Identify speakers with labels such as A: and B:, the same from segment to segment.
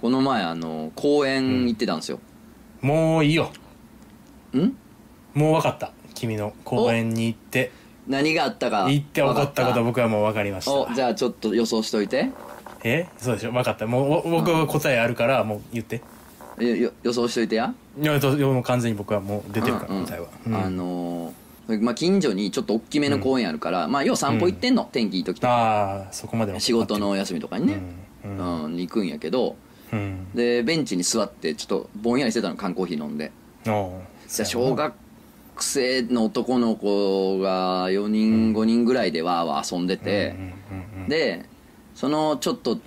A: この前あの公園行ってたんですよ、
B: もういいよ
A: ん
B: もう分かった君の公園に行って
A: 何があったか
B: 行って起こったこと僕はもう分かりまし
A: おじ
B: た
A: ゃあちょっと予想しといて
B: えそうでしょ分かったもうお僕は答えあるからもう言って
A: よよ予想しといてや
B: いやともう完全に僕はもう出てるか
A: うん
B: ら
A: うん
B: 答えは、
A: あ
B: うん
A: のーまあ、近所にちょっと大きめの公園あるから、まあ要は散歩行ってんの、天気いい時とか
B: あーそこまでは
A: 仕事の休みとかにね、
B: う
A: うんんに行くんやけど
B: うん
A: でベンチに座ってちょっとぼんやりしてたの缶コーヒー飲んで
B: おう
A: じゃあ小学生の男の子が4人5人ぐらいでわーわー遊んでて、でそのちょっと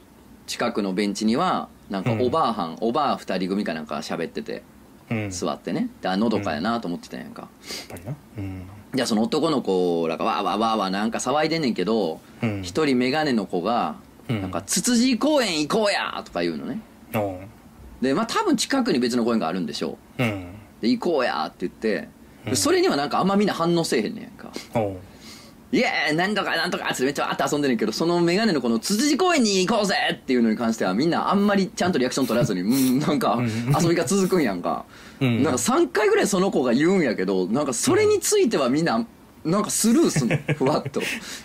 A: 近くのベンチにはなんかおばあはん、おばあ2人組かなんか喋ってて
B: うんやっ
A: 座ってねであのどかやなと思ってたんやんか、
B: ぱりなうん
A: じゃあその男の子らがわーわーわーわーなんか騒いでんねんけど
B: うん
A: 一、人メガネの子が「
B: うん
A: なんかつつじ公園行こうや!」とか言うのね
B: おう
A: でまあ多分近くに別の公園があるんでしょ
B: うん
A: うで行こうやって言って
B: う
A: で
B: ん
A: それにはなんかあんまみんな反応せえへんねんやんか
B: おう
A: 「イエーイなんとかなんとか」っつってめっちゃわーって遊んでんねんけどそのメガネの子の「つつじ公園に行こうぜ!」っていうのに関してはみんなあんまりちゃんとリアクション取らずにうんなんか遊びが続くんやんか
B: うん
A: なんか3回ぐらいその子が言うんやけどなんかそれについてはみんななんかスルーすんのふわっと。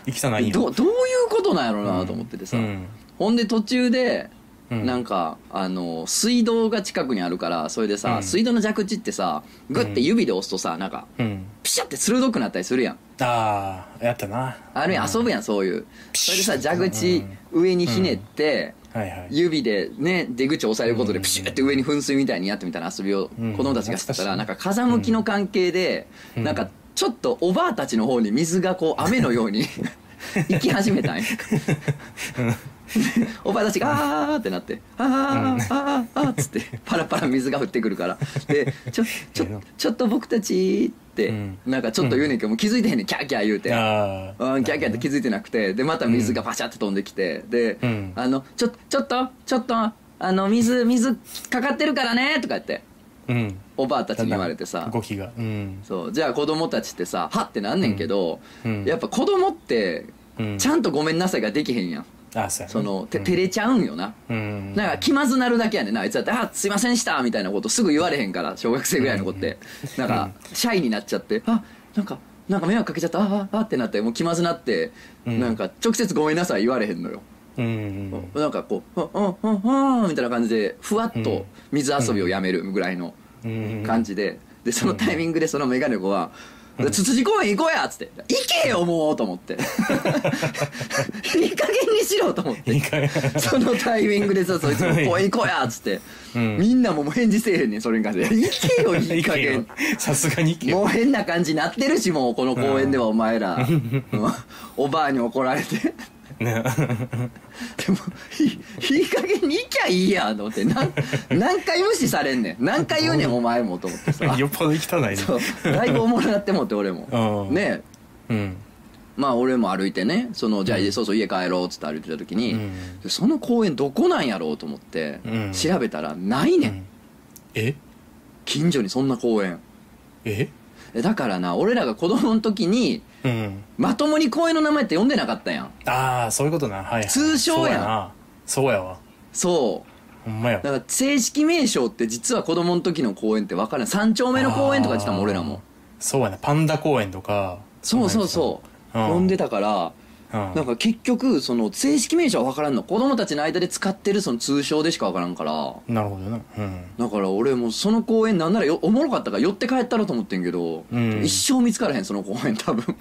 B: 行きさ ないよ
A: どどういうことなんやろうなと思っててさ、
B: うん
A: ほんで途中で、
B: うん
A: なんかあの水道が近くにあるからそれでさ、
B: うん
A: 水道の蛇口ってさグッて指で押すとさなんか
B: うん
A: ピシャって鋭くなったりするやん
B: ああやったな
A: あるやん、遊ぶやんそういうそれでさ蛇口上にひねって、
B: はいはい
A: 指でね出口を押さえることでピシュって上に噴水みたいにやってみたいな遊びを
B: うん
A: 子供たちがしてたらなん
B: 懐
A: か風向きの関係で
B: うん
A: なんかちょっとおばあたちの方に水がこう雨のよ うに行き始めたんやおばあたちが「あー」ってなって「あーあーあー」っつってパラパラ水が降ってくるからで「ちょちょ
B: ええな
A: ちょっと僕たち」って
B: うん
A: なんかちょっと言うねんけどもう気づいてへんねんキャーキャー言うて。
B: ああ
A: うん、キャーキャーって気づいてなくてでまた水がパシャって飛んできて、で、
B: うん
A: あのちょちょっとちょっとあの水水かかってるからね」とか言って
B: うん
A: おばあたちに言われてさ
B: 語気がうん
A: そうじゃあ子供たちってさはってなんねんけど、
B: うんうん
A: やっぱ子供って
B: うん
A: ちゃんと「ごめんなさい」ができへんやん、
B: ああそうやな
A: そのて
B: うん
A: 照れちゃうんよな、
B: うん
A: なんか気まずなるだけやねんなあいつだって「あすいませんした」みたいなことすぐ言われへんから小学生ぐらいの子って、なんかシャイになっちゃって「あなんかなんか迷惑かけちゃったあああってなってもう気まずなって、
B: うん
A: なんか直接「ごめんなさい」言われへんのよ、
B: うんうん
A: なんかこう「うんうんうんうん」みたいな感じでふわっと水遊びをやめるぐらいの
B: うん
A: 感じで、でそのタイミングでそのメガネ子は「でつつじ公園行こうや」っつって「行けよもう」と思 って「いい加減にしろ」と思って
B: いいかげん
A: そのタイミングでさそいつも「公園行こうや」っつって、
B: うん
A: みんなももう返事せえへんねんそれに関して「行けよいい加減
B: さすがにいけ
A: も
B: よ
A: う変な感じになってるしもうこの公園ではお前ら、うんおばあに怒られてで
B: ね
A: もいいいい加減に行きゃいいやんと思って なん何回無視されんねん何回言うねんお前もと思ってさ
B: よっぽど汚いね
A: そうだいぶおもろなってもって俺も
B: うん
A: ねえ
B: うん
A: まあ俺も歩いてねそのじゃあ、そうそう家帰ろうっつって歩いてた時に、
B: うん
A: でその公園どこなんやろうと思って
B: うん
A: 調べたらないねん、
B: うんえ
A: 近所にそんな公園
B: え
A: えだからな俺らが子供の時に
B: うん
A: まともに公園の名前って呼んでなかったやん
B: ああそういうことなはいはい
A: 通称やん
B: そうなそうやわ
A: そう
B: ほんまや
A: だから正式名称って実は子供の時の公園って分からん三丁目の公園とか言ってたもん俺らも
B: そうやなパンダ公園とか
A: そうそうそう
B: うん
A: 呼んでたから
B: うん
A: なんか結局その正式名称は分からんの子供たちの間で使ってるその通称でしか分からんから
B: なるほどなうん
A: だから俺もうその公園なんならよおもろかったから寄って帰ったろと思ってんけど、
B: うん
A: 一生見つからへんその公園多分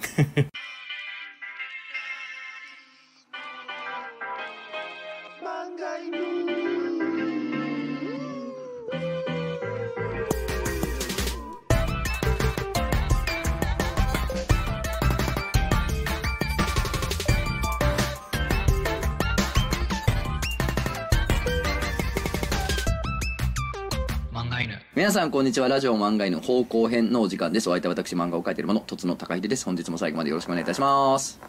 A: 皆さんこんにちはラジオ漫画の方向編のお時間ですお相手は私漫画を描いている者とつの高秀です本日も最後までよろしくお願いいたします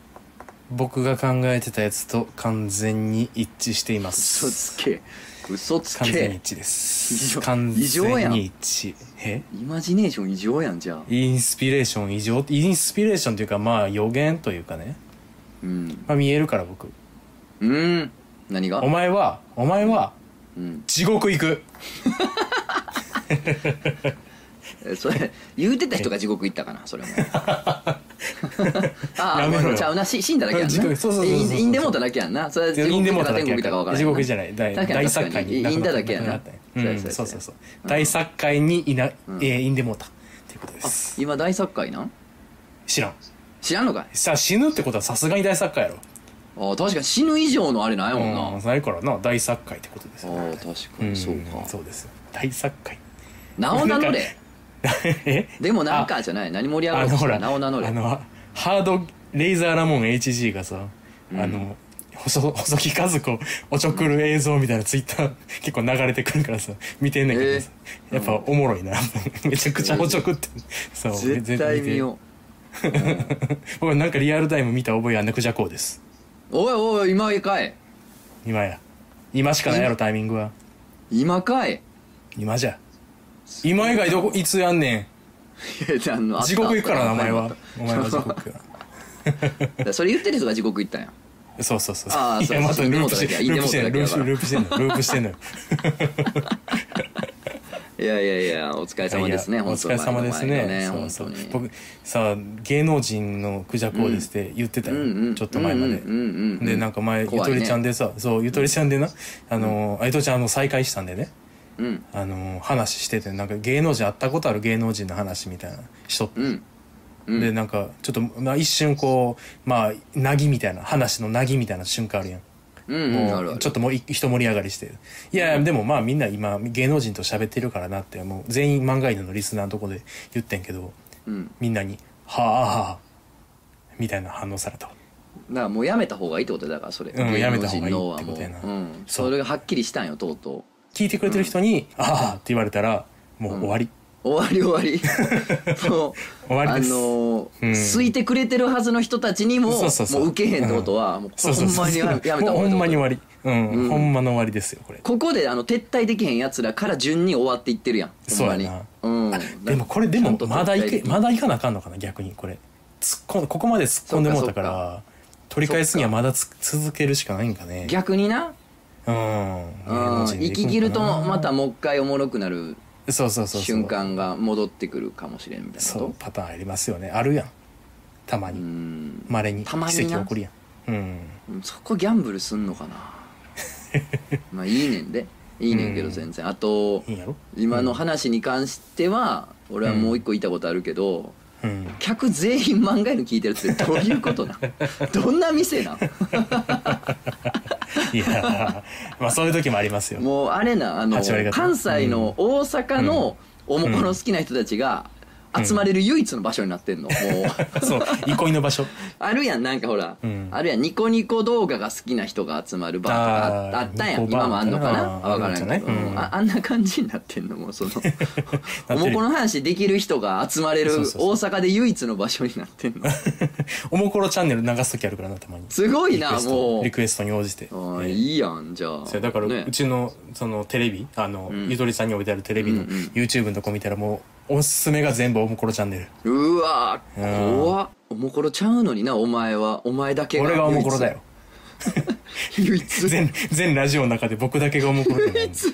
B: 僕が考えてたやつと完全に一致していま
A: 嘘
B: す
A: つけ嘘つ
B: 完全に
A: け
B: 一致で
A: 異
B: す
A: 常
B: 完
A: 異常や
B: 全
A: ん
B: に一致え
A: イマジネーション異常やんじゃあ
B: インスピレーション異常インスピレーションというかまあ予言というかね、
A: うん
B: まあ、見えるから僕
A: うん何が
B: お前はお前は
A: うん
B: 地獄行く
A: えそれ言うてた人が地獄行ったかなそ れもあ
B: やめろ
A: あ
B: よ
A: ちゃうなし死んだだけやん
B: 地
A: な
B: 獄 そうそうそうそう
A: えいいんでもうただけやんなそれは地
B: インデ
A: 獄
B: モ
A: 行っ
B: ー
A: たか天国行
B: タだけや
A: ったか
B: か
A: ら分からん
B: 地獄じゃない大
A: 確かに
B: 大作家に
A: 確かにインダだけや
B: な
A: な
B: くなったんやうん
A: そう
B: そ
A: やそう
B: う
A: や
B: そうそう
A: うん
B: 大作家にいな、
A: うん
B: えーインデモータっていうことです
A: 今大作家いなん
B: 知らん
A: 知らんのかい
B: さ死ぬってことはさすがに大作家やろ
A: あー確かに死ぬ以上のあれないもんな、
B: う
A: あ
B: んないからな大作家ってことですよ、
A: ー確かにそうか
B: んそうです大作家
A: 名を名乗れ
B: え
A: でもなんかじゃない何盛り上が
B: あ
A: ろう
B: の
A: とし
B: ほ
A: た
B: ら
A: ら名を名乗れ
B: あのハードレイザーラモン HG がさ、
A: うん
B: あの細細木和子おちょくる映像みたいなツイッター 結構流れてくるからさ見てんねんけどさ、
A: えー
B: やっぱおもろいな めちゃくちゃおちょくって、そう
A: 絶対見よ
B: 全然見て 僕なんかリアルタイム見た覚えはぬくじゃこうです
A: うおいおい今かい
B: 今や今しかないやろタイミングは
A: 今かい
B: 今じゃ今以外どこいつやんね
A: いやじゃああのあっ
B: ん
A: た
B: 地獄行くから名前
A: あっ
B: は
A: た
B: お前は地獄行くよ
A: それ言ってる人が地獄行ったんや
B: そうそうそう。
A: ああ
B: い
A: そう
B: や、またループし
A: イン
B: て
A: デ
B: ル
A: モー
B: ープし
A: タ
B: て
A: だ
B: ん
A: け
B: の、
A: イン
B: ル
A: デモータだけだから
B: ープしてんの、ループしてんのよ。
A: いやいやいやお疲れ様です
B: い
A: ね
B: やお
A: 本
B: 疲
A: 当
B: れ様です
A: 前の前
B: ね。
A: の
B: そ
A: ね
B: うそ
A: 本
B: う
A: 当に。
B: 僕、さあ、芸能人のクジャコですって言ってたよ
A: うんうん。
B: ちょっと前ま
A: うんうんうんうん
B: で。で、なんか前、ゆ
A: 怖い
B: と
A: ね
B: りちゃんでさ、そう、ゆとりちゃんでな、あの、あゆとちゃんあの再会したんでね。
A: うん
B: あの話しててなんか芸能人会ったことある芸能人の話みたいなしとって
A: うんうん
B: でなんかちょっと、まあ、一瞬こうまあなぎみたいな話のなぎみたいな瞬間あるやん、
A: うんうんある
B: も
A: あ
B: う
A: る
B: ちょっともうい一盛り上がりしていやいやでもまあみんな今芸能人と喋ってるからなってもう全員漫画犬のリスナーのとこで言ってんけど
A: うんだか
B: みんなに「はあはあ」みたいな反応されたわ
A: らもうやめた方がいいってことだからそれ
B: うんやめた方がいいってこと
A: 芸
B: や
A: 能人
B: な
A: のはもううん
B: そう
A: それがはっきりしたんよとうと
B: 聞いてくれてる人に「ああ」って言われたらもう終わり、
A: う終わり終わり そう
B: 終わりです
A: あのー
B: うん
A: 好いてくれてるはずの人たちにもも
B: そうそうそう
A: う受けへんってことはもう
B: そうそ
A: ほ
B: うんそう
A: まにややめた方がいい
B: もうほんまに終
A: ってこと
B: わりうん、
A: うん
B: ほんまの終わりですよこれ
A: ここであの撤退できへん奴らから順に終わっていってるやんほんまに
B: そうや
A: うん
B: でもこれで
A: ちゃ
B: も
A: んと撤退
B: まだい
A: で
B: け
A: き
B: まだいかなあかんのかな逆にこれ突っ込んここまで突っ込んでもうたから
A: そっ
B: 取り返すにはまだつ続けるしかないんかね
A: 逆にな
B: うん
A: うん生き切るとまた
B: も
A: もう一回おもろくなる
B: うそうそうそうそう
A: 瞬間が戻ってくるかもしれんみたいなこ
B: そ
A: と
B: うパターンありますよねあるやんたま
A: う
B: に
A: ん
B: まれに奇
A: たまにな
B: 跡起こるやんうん
A: そこギャンブルすんのかな まあいいねんでいいねんけど
B: うん
A: 全然あと
B: いいんやろ
A: 今の話に関しては俺はもう一個言いたことあるけど
B: うん
A: 客全員漫画の聞いてるってどういうことなん どんな店なん
B: いや ーまあそういう時もありますよ
A: もうあれなあの
B: 八割方
A: 関西の大阪のおもこの好きな人たちが集まれる唯一の場所になって んの、もう
B: そう憩いの場所
A: あるやんなんかほら、
B: うん
A: あるやんニコニコ動画が好きな人が集まるバーとかあ
B: あー
A: あったやん
B: ニコバー
A: 今もあんのかな
B: あー
A: 分からんけ
B: あるん
A: ど、
B: じゃないうん
A: ああんな感じになってんのもう その
B: る
A: おもこの話できる人が集まれる
B: そ
A: 大
B: うそうそう
A: 阪で唯一の場所になってんの
B: おもころチャンネル流す時あるからなたまに
A: すごいな
B: リクエスト
A: もう
B: リクエストに応じて
A: あー
B: ええ
A: いいやんじゃあ
B: そうだから
A: ね
B: うちのそのテレビあの、
A: うん
B: ゆとりさんに置いてあるテレビの
A: うんうん
B: YouTube のとこ見たらもうおすすめが全部おもころチャンネル
A: うわ
B: うん
A: 怖っおもころちゃうのになお前はお前だけが
B: 俺がおもころだよ
A: 唯一唯一
B: 全全ラジオの中で僕だけがおもころじゃ ないんです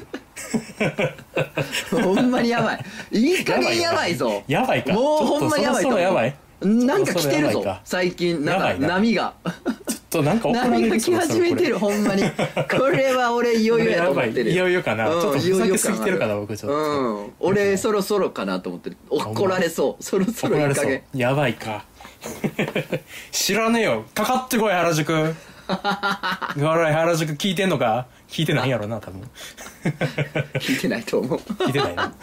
A: ほんまにやばいいい加減やばいぞ
B: やばいか
A: もうほんまやばいと思う
B: ちょっとそろそろやばい
A: なんか来てる
B: そろそろやばい
A: ぞ
B: か
A: 最近なん
B: やば
A: か
B: いな
A: 波が
B: ちょっとなんか怒られ
A: 波
B: る
A: が来始めてるほんまにこれは俺いよ
B: こ
A: いよ
B: れ
A: や
B: や
A: と思
B: ば
A: っ
B: い
A: てる
B: いよいよかな、
A: うん
B: ちょっとふざ
A: いよ
B: け
A: いよ
B: すぎてるかな僕ちょっと、
A: うん俺そろそろかなと思ってる怒られそうそろそ
B: 怒
A: ろ
B: ら
A: いい
B: れ
A: 加
B: そ
A: 減
B: うやばいか 知らねえよかかってこい原 宿おい原宿聞いてんのか聞いてないやろな多分
A: 聞いてないと思 う
B: 聞いてないな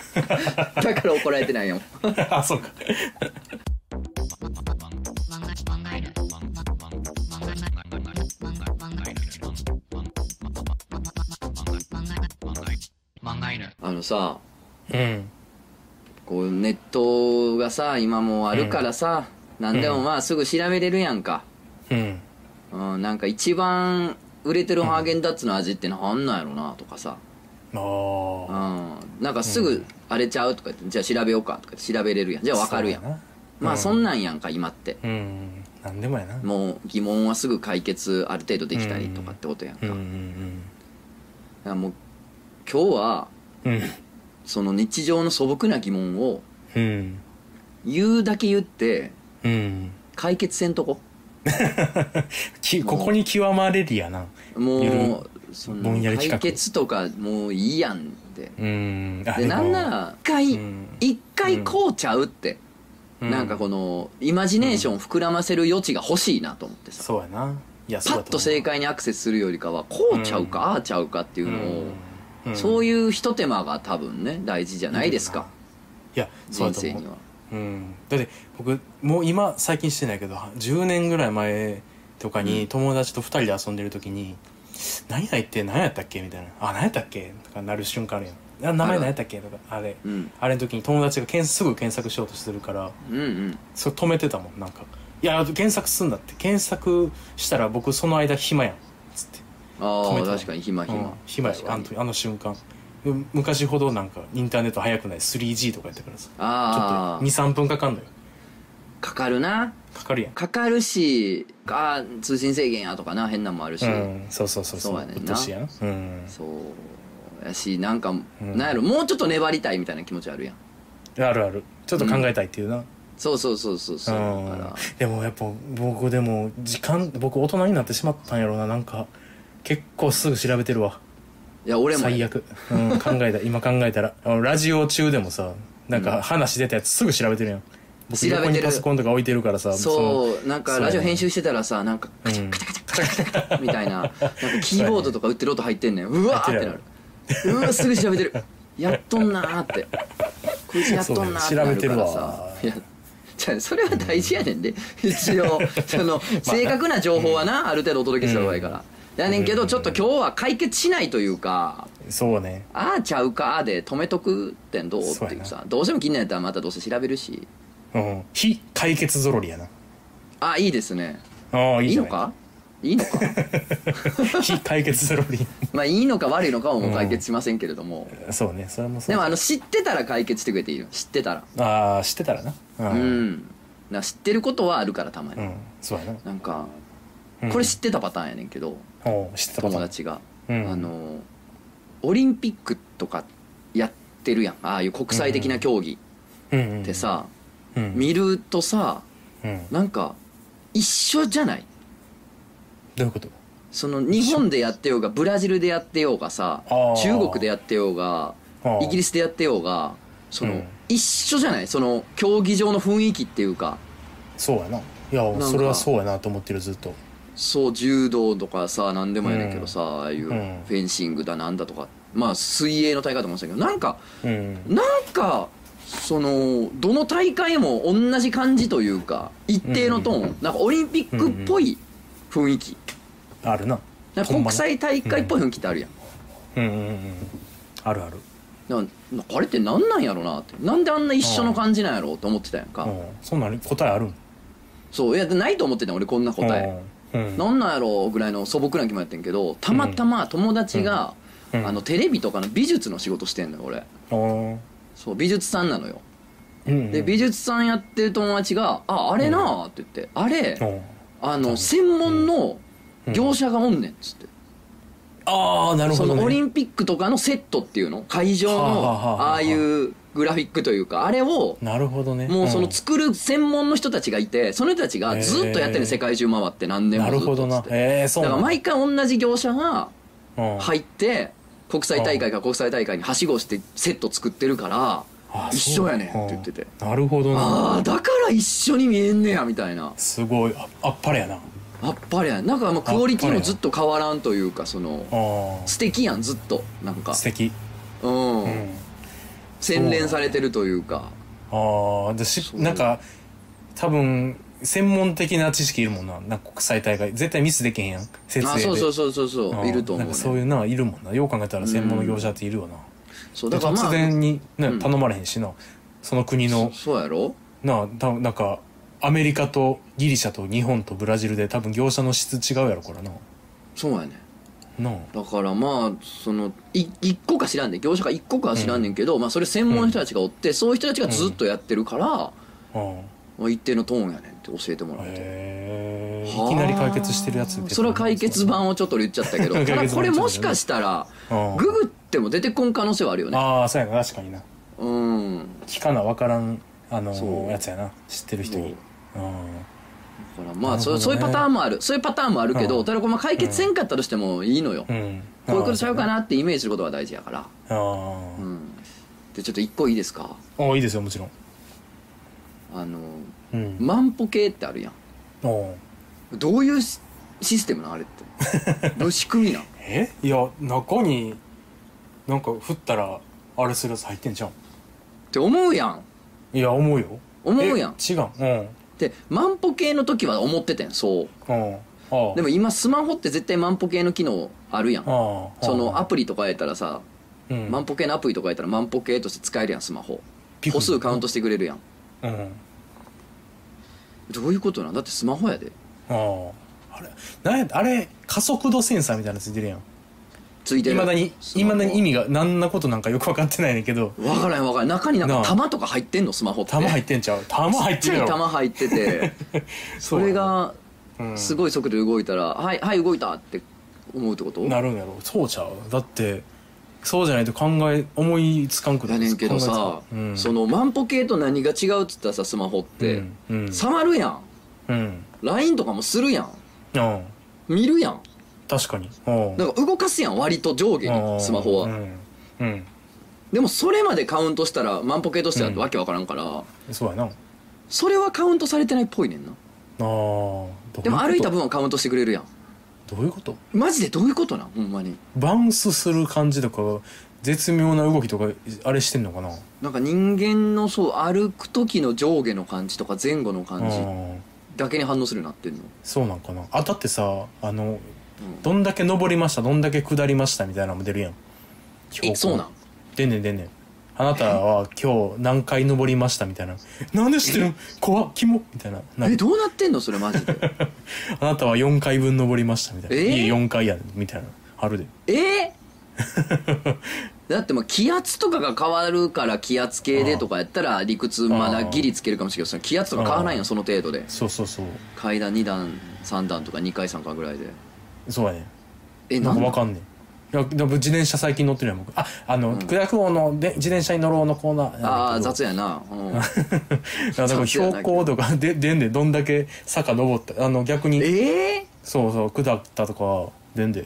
A: だから怒られてないよ
B: あそうか
A: あのさ
B: うん
A: こうネットがさ今もうあるからさ、何でもまあすぐ調べれるやんか、
B: うん
A: うん、なんか一番売れてるハーゲンダッツの味ってなんなんやろなとかさ、
B: あ
A: う
B: ー
A: ん、なんかすぐあれちゃうとか言ってじゃあ調べようかとか言って調べれるやんじゃあわかるやん
B: そうな
A: まあ
B: うん
A: そんなんやんか今って
B: うんなんでもやなう
A: もう疑問はすぐ解決ある程度できたりとかってことやんか,、
B: んうん
A: もう今日は
B: うん
A: その日常の素朴な疑問を
B: うん
A: 言うだけ言って
B: うん
A: 解決せんとこ
B: きここに極まれるやなゆ
A: も
B: る
A: うそ
B: ぼん
A: の
B: やり企画
A: 解決とかもういいやんって
B: うんあ
A: でなんな
B: も
A: ら一回
B: うん
A: 一回こうちゃうって
B: うん
A: なんかこのイマジネーション膨らませる余地が欲しいなと思ってさ
B: そうやないや
A: パッと正解にアクセスするよりかはこうちゃうか
B: うん
A: ああちゃうかっていうのをそう
B: い
A: いうひと手間が多分ね大事じゃないですか
B: いやそう
A: 人
B: や
A: 生
B: と思う
A: には
B: うん、だって僕もう今最近してないけど10年ぐらい前とか
A: う
B: に
A: ん
B: 友達と2人で遊んでる時に「何々って何やったっけ?」みたいな「あ何やったっけ?」とかなる瞬間あるやん「あ名前何やったっけ?」とかあれ
A: うん
B: あれの時に友達が検すぐ検索しようとするから
A: うんうん
B: それ止めてたもんなんか「いや検索すんだ」って検索したら僕その間暇やんつって止
A: ああ
B: めてた
A: 確かに暇
B: うん
A: 暇
B: 暇や
A: 確
B: ろ
A: か
B: あ
A: に
B: の時あの瞬間む昔ほどなんかインターネット早くない 3G とかやったからさちょ
A: あ
B: っと23分かかんのよ
A: あかかるな
B: かかるやん
A: かかるしあー通信制限やとかな変なんもあるし、
B: うん、そうそうそう
A: そうやねんな
B: うっとうしいやんうん
A: そうやしなんか、
B: ん
A: なんやろもうちょっと粘りたいみたいな気持ちあるやん
B: あるあるちょっと考えたいっていうな、うん
A: そうそうそうそうそうだから
B: でもやっぱ僕でも時間僕大人になってしまったんやろうななんか結構すぐ調べてるわ
A: いや俺も
B: 最悪、うん、考 えた今考えたらあのラジオ中でもさなん
A: うん
B: か話出たやつすぐ調べてるやん僕
A: 調べてる
B: 横にパソコンとか置いてるからさ
A: そうなん
B: そ
A: か
B: うやね
A: ラジオ編集してたらさなんか
B: その うん
A: みたいななんかキーボードとか打ってる音入ってんねんうわーってなるうわすぐ調べてるやっとんなーってこいつやっとんなーってなるからさ
B: そう
A: いやじゃあそれは大事やねんで一応そ の正確な情報はなある程度お届けした方がいいからやねんけどちょっと今日は解決しないというか
B: そうね
A: ああちゃうかあーで止めとくってんどうっていう
B: そう
A: さどうしても気になったらまたどうせ調べるし
B: うん非解決ぞろりやな
A: ああいいですね
B: ああい
A: い
B: い
A: い
B: じゃ
A: の
B: ない
A: かいいのか
B: 非解決ぞろり
A: まあいいのか悪いのかはもう解決しませんけれども、
B: そうねそれもそう
A: でもあの知ってたら解決してくれていいよ知ってたら
B: ああ知ってたらなうん、
A: うん、な知ってることはあるからたまに、
B: うんそうやな、
A: なんか
B: うん
A: これ知ってたパターンやねんけど、
B: おう知ってた
A: 友達が、
B: うん
A: あのオリンピックとかやってるやんああいう国際的な競技って
B: で、
A: さ、
B: うんうん
A: 見るとさ
B: うん
A: なんか一緒じゃない
B: どういうこと
A: その日本でやってようがブラジルでやってようがさ
B: あー
A: 中国でやってようが
B: ああ
A: イギリスでやってようがその、
B: うん
A: 一緒じゃないその競技場の雰囲気っていうか
B: そうやないや
A: んか
B: それはそうやなと思ってるずっと
A: そう柔道とかさ何でもやねんけどさ、ああいううんフェンシングだなんだとかまあ水泳の大会とかもそうやけどなんか
B: うん
A: なんかそのどの大会も同じ感じというか一定のトーン、なんかオリンピックっぽい雰囲気、
B: あるな
A: なんか
B: ほ
A: 国
B: んまな
A: 際大会っぽい雰囲気ってあるやん
B: うんうんうんあるある
A: なんなんかあれって何なんやろなってなんであんな一緒の感じなんやろうって思ってたやんか、
B: うんそんなに答えあるん
A: そういやないと思ってたん俺こんな答え、
B: えうん
A: なんなんやろうぐらいの素朴な気もやってんけどたまたま友達が、
B: うん
A: あのテレビとかの美術の仕事してんのよ俺
B: うん
A: そう美術さんなのよ
B: うん
A: で美術さんやってる友達が「ああれな」って言って「あれ
B: うん
A: あの専門の業者がおんねん」っつって、
B: ああなる
A: そ
B: ほど
A: のオリ
B: ね
A: ンピックとかのセットっていうの会場
B: はあはあは
A: の
B: あはあ
A: ああいうグラフィックというかあれを
B: なるほどね
A: もうそ
B: ん
A: の作る専門の人たちがいてその人たちがずっとやってる
B: へえ
A: 世界中回って何年も
B: な
A: ず
B: る
A: っとっつ
B: ほどな
A: って
B: ええそ
A: だ
B: う
A: から
B: なん
A: 毎回同じ業者が
B: うん
A: 入って国際大会か国際大会にはしごしてセット作ってるから
B: あ
A: 一緒やねんって言ってて
B: うんなるほどな
A: ああだから一緒に見えんねやみたいな
B: すごいああっぱれやなあ
A: やっぱりやなんかもうクオリティもずっと変わらんというかその
B: あ
A: 素敵やんずっとなんか
B: 素敵
A: うん、
B: うん
A: 洗練されてるというか
B: ああでし
A: そう
B: なんか多分専門的な知識いるもんななんか国際大会絶対ミスできへんやん説明
A: あ
B: で
A: そうそうそうそうそういると思う
B: なん
A: ね
B: かそういうないるもんなよう考えたら専門の業者っているよな、
A: そう
B: で
A: だからま
B: 突
A: あ
B: 然に、ね
A: うん
B: 頼まれへんしなその国の
A: そうやろ
B: なあ多分なんかアメリカとギリシャと日本とブラジルで多分業者の質違うやろからな
A: そうやね
B: なあ
A: だからまあそのい一個か知らんねん業者か一個かは知らんねんけど、まあそれ専門の人たちがおって、そういう人たちがずっとやってるから、
B: うん
A: まあ、一定のトーンやねんって教えてもらって、
B: へえいきなり解決してるやつ受けて
A: それは解決版
B: を
A: をちょっと俺言っちゃったけど
B: 解決
A: た
B: 版
A: だこれもしかしたら
B: うん
A: ググっても出てこん可能性はあるよね
B: ああそうやな確かにな
A: うんだ
B: 聞かな分からんあの
A: そう
B: やつやな知ってる人に
A: からまあ、
B: なるほど
A: そ
B: ね
A: そういうパターンもあるそういうパターンもあるけど、
B: うん
A: ただこれまあ解決せんかったとしてもいいのよ、
B: うん、うん、
A: こういうことちゃうかなってイメージすることが大事やから
B: あー、
A: うんでちょっと一個いいですか
B: あーいいですよもちろん
A: あの
B: うん
A: 万歩計ってあるやん
B: あー
A: どういうシシステムなんあれって どういう仕組みなん
B: えいや中になんか振ったらあれするやつ入ってんじゃん
A: って思うやん
B: いや思うよ
A: 思うやん
B: え違ううん
A: で万歩計の時は思っててんそう
B: うんああ
A: でも今スマホって絶対万歩計の機能あるやん
B: ああ
A: そのア
B: あ
A: プリとかやったらさ
B: あうん
A: 万歩計のアプリとかやったら万歩計として使えるやんスマホ
B: ピク
A: 歩数カウントしてくれるやん
B: うん
A: どういうことなんだってスマホやで
B: あああれなんやあれ加速度センサーみたいなのついてるやん
A: ついて
B: い
A: る
B: まだに
A: ス
B: い
A: マホ
B: まだに意味が何なことなんかよく分かってないねんけど
A: わからへんわからへん中になんか
B: なあ
A: 玉とか入ってんのスマホって
B: 弾入ってんちゃう弾入って
A: ちっちゃ
B: るや
A: い
B: ろ
A: 玉入 っててそれがす
B: い、
A: ごい速度で動いたら「はいはい動いた!」って思うってこと
B: うんなるんやろそうちゃうだってそうじゃないと考え思いつかんくな
A: や
B: る
A: ねんけどさ
B: 考えつかんうん、
A: その万歩計と何が違うっつったらさスマホって
B: うんうん
A: 触るやん
B: うん
A: LINE とかもするやん
B: うん
A: 見るやん
B: 確かにうん
A: なんか動かすやん割と上下
B: うん
A: にスマホは
B: うん、うん、
A: でもそれまでカウントしたら万歩計としてはわけわからんから
B: そうやなあ
A: それはカウントされてないっぽいねんな
B: あどううこと
A: でも歩いた分はカウントしてくれるやん
B: どういうこと
A: マジでどういうことなんほんまに
B: バウンスする感じとか絶妙な動きとかあれしてんのかな
A: なんか人間のそう歩く時の上下の感じとか前後の感じ
B: うん
A: だけに反応するようになってんの
B: そうなんかなあだってさあのどんだけ登りましたどんだけ下りましたみたいなのも出るやん
A: えそうなん
B: 出んねん出んねんあなたは今日何回登りましたみたいななんで知ってるの怖っキモみたいなな
A: えどうなってんのそれマジ で
B: あなたは4回分登りましたみたいな、
A: えー
B: いや4回やみたいなあるで
A: えーだってもう気圧とかが変わるから気圧計でとかやったら理屈まだギリつけるかもしれないけどその気圧とか変わらないよ
B: あー
A: その程度で
B: そうそうそう
A: 階段2段3段とか2回3回ぐらいで
B: そうやねん
A: え
B: な
A: なんん
B: かわ
A: だ
B: かんねんいやでも自転車最近乗ってるやん僕ああの、久田久保ので自転車に乗ろうのコーナーなんだけど
A: ああ雑やな、うん、
B: いやだから標高とかででんでどんだけ坂登ったあの逆に
A: ええ
B: そうそう下ったとかでんで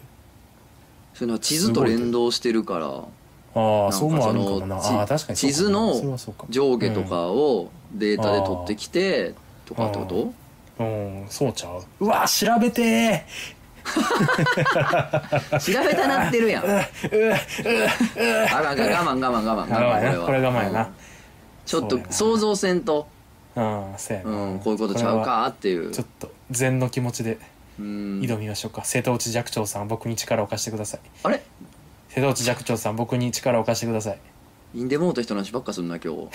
A: それは地図と連動してるから
B: あ
A: なん
B: あ
A: か
B: そうもあるんかもな
A: その
B: ああ確かに
A: 地図
B: そうかもなそれはそう
A: の
B: かも
A: 上下とかをデータで取ってきてとかってこと
B: うん、うんそうちゃううわ調べて
A: 調べたなってるやんあ
B: ー うわ
A: かんあかん我慢我慢我慢
B: 我慢や
A: 我
B: な
A: 慢
B: これ我慢や
A: うん
B: な
A: ちょっ
B: そう
A: と
B: やな
A: 想像せんと、
B: うんそうやな、
A: うん、こういうことちゃう
B: れは
A: かっていう
B: ちょっと禅の気持ちで
A: うん
B: 挑みましょうか、瀬戸内寂聴さん僕に力を貸してください
A: あれ
B: 瀬戸内寂聴さん僕に力を貸してください
A: インデモート人の話ばっかすんな今日